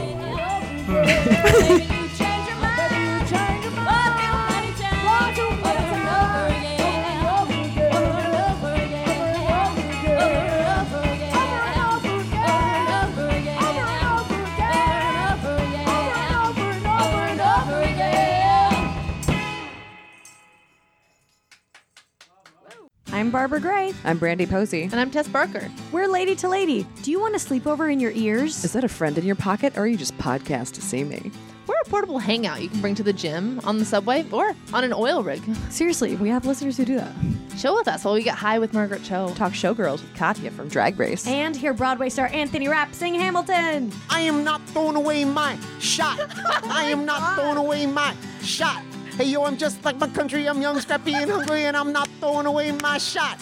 Speaker 6: I'm Barbara Gray.
Speaker 7: I'm Brandy Posey.
Speaker 8: And I'm Tess Barker.
Speaker 6: We're Lady to Lady. Do you want to sleep over in your ears?
Speaker 7: Is that a friend in your pocket or are you just podcast to see me?
Speaker 8: We're a portable hangout you can bring to the gym, on the subway, or on an oil rig. [laughs]
Speaker 6: Seriously, we have listeners who do that.
Speaker 8: Chill with us while we get high with Margaret Cho.
Speaker 7: Talk showgirls with Katya from Drag Race.
Speaker 6: And hear Broadway star Anthony Rapp sing Hamilton.
Speaker 9: I am not throwing away my shot. I am not throwing away my shot. Hey yo, I'm just like my country. I'm young, scrappy, and hungry, and I'm not throwing away my shot.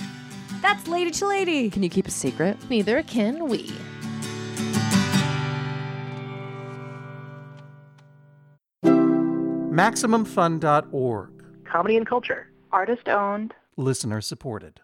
Speaker 6: That's Lady to Lady.
Speaker 7: Can you keep a secret?
Speaker 8: Neither can we.
Speaker 10: MaximumFun.org.
Speaker 11: comedy and culture. Artist owned.
Speaker 10: Listener supported.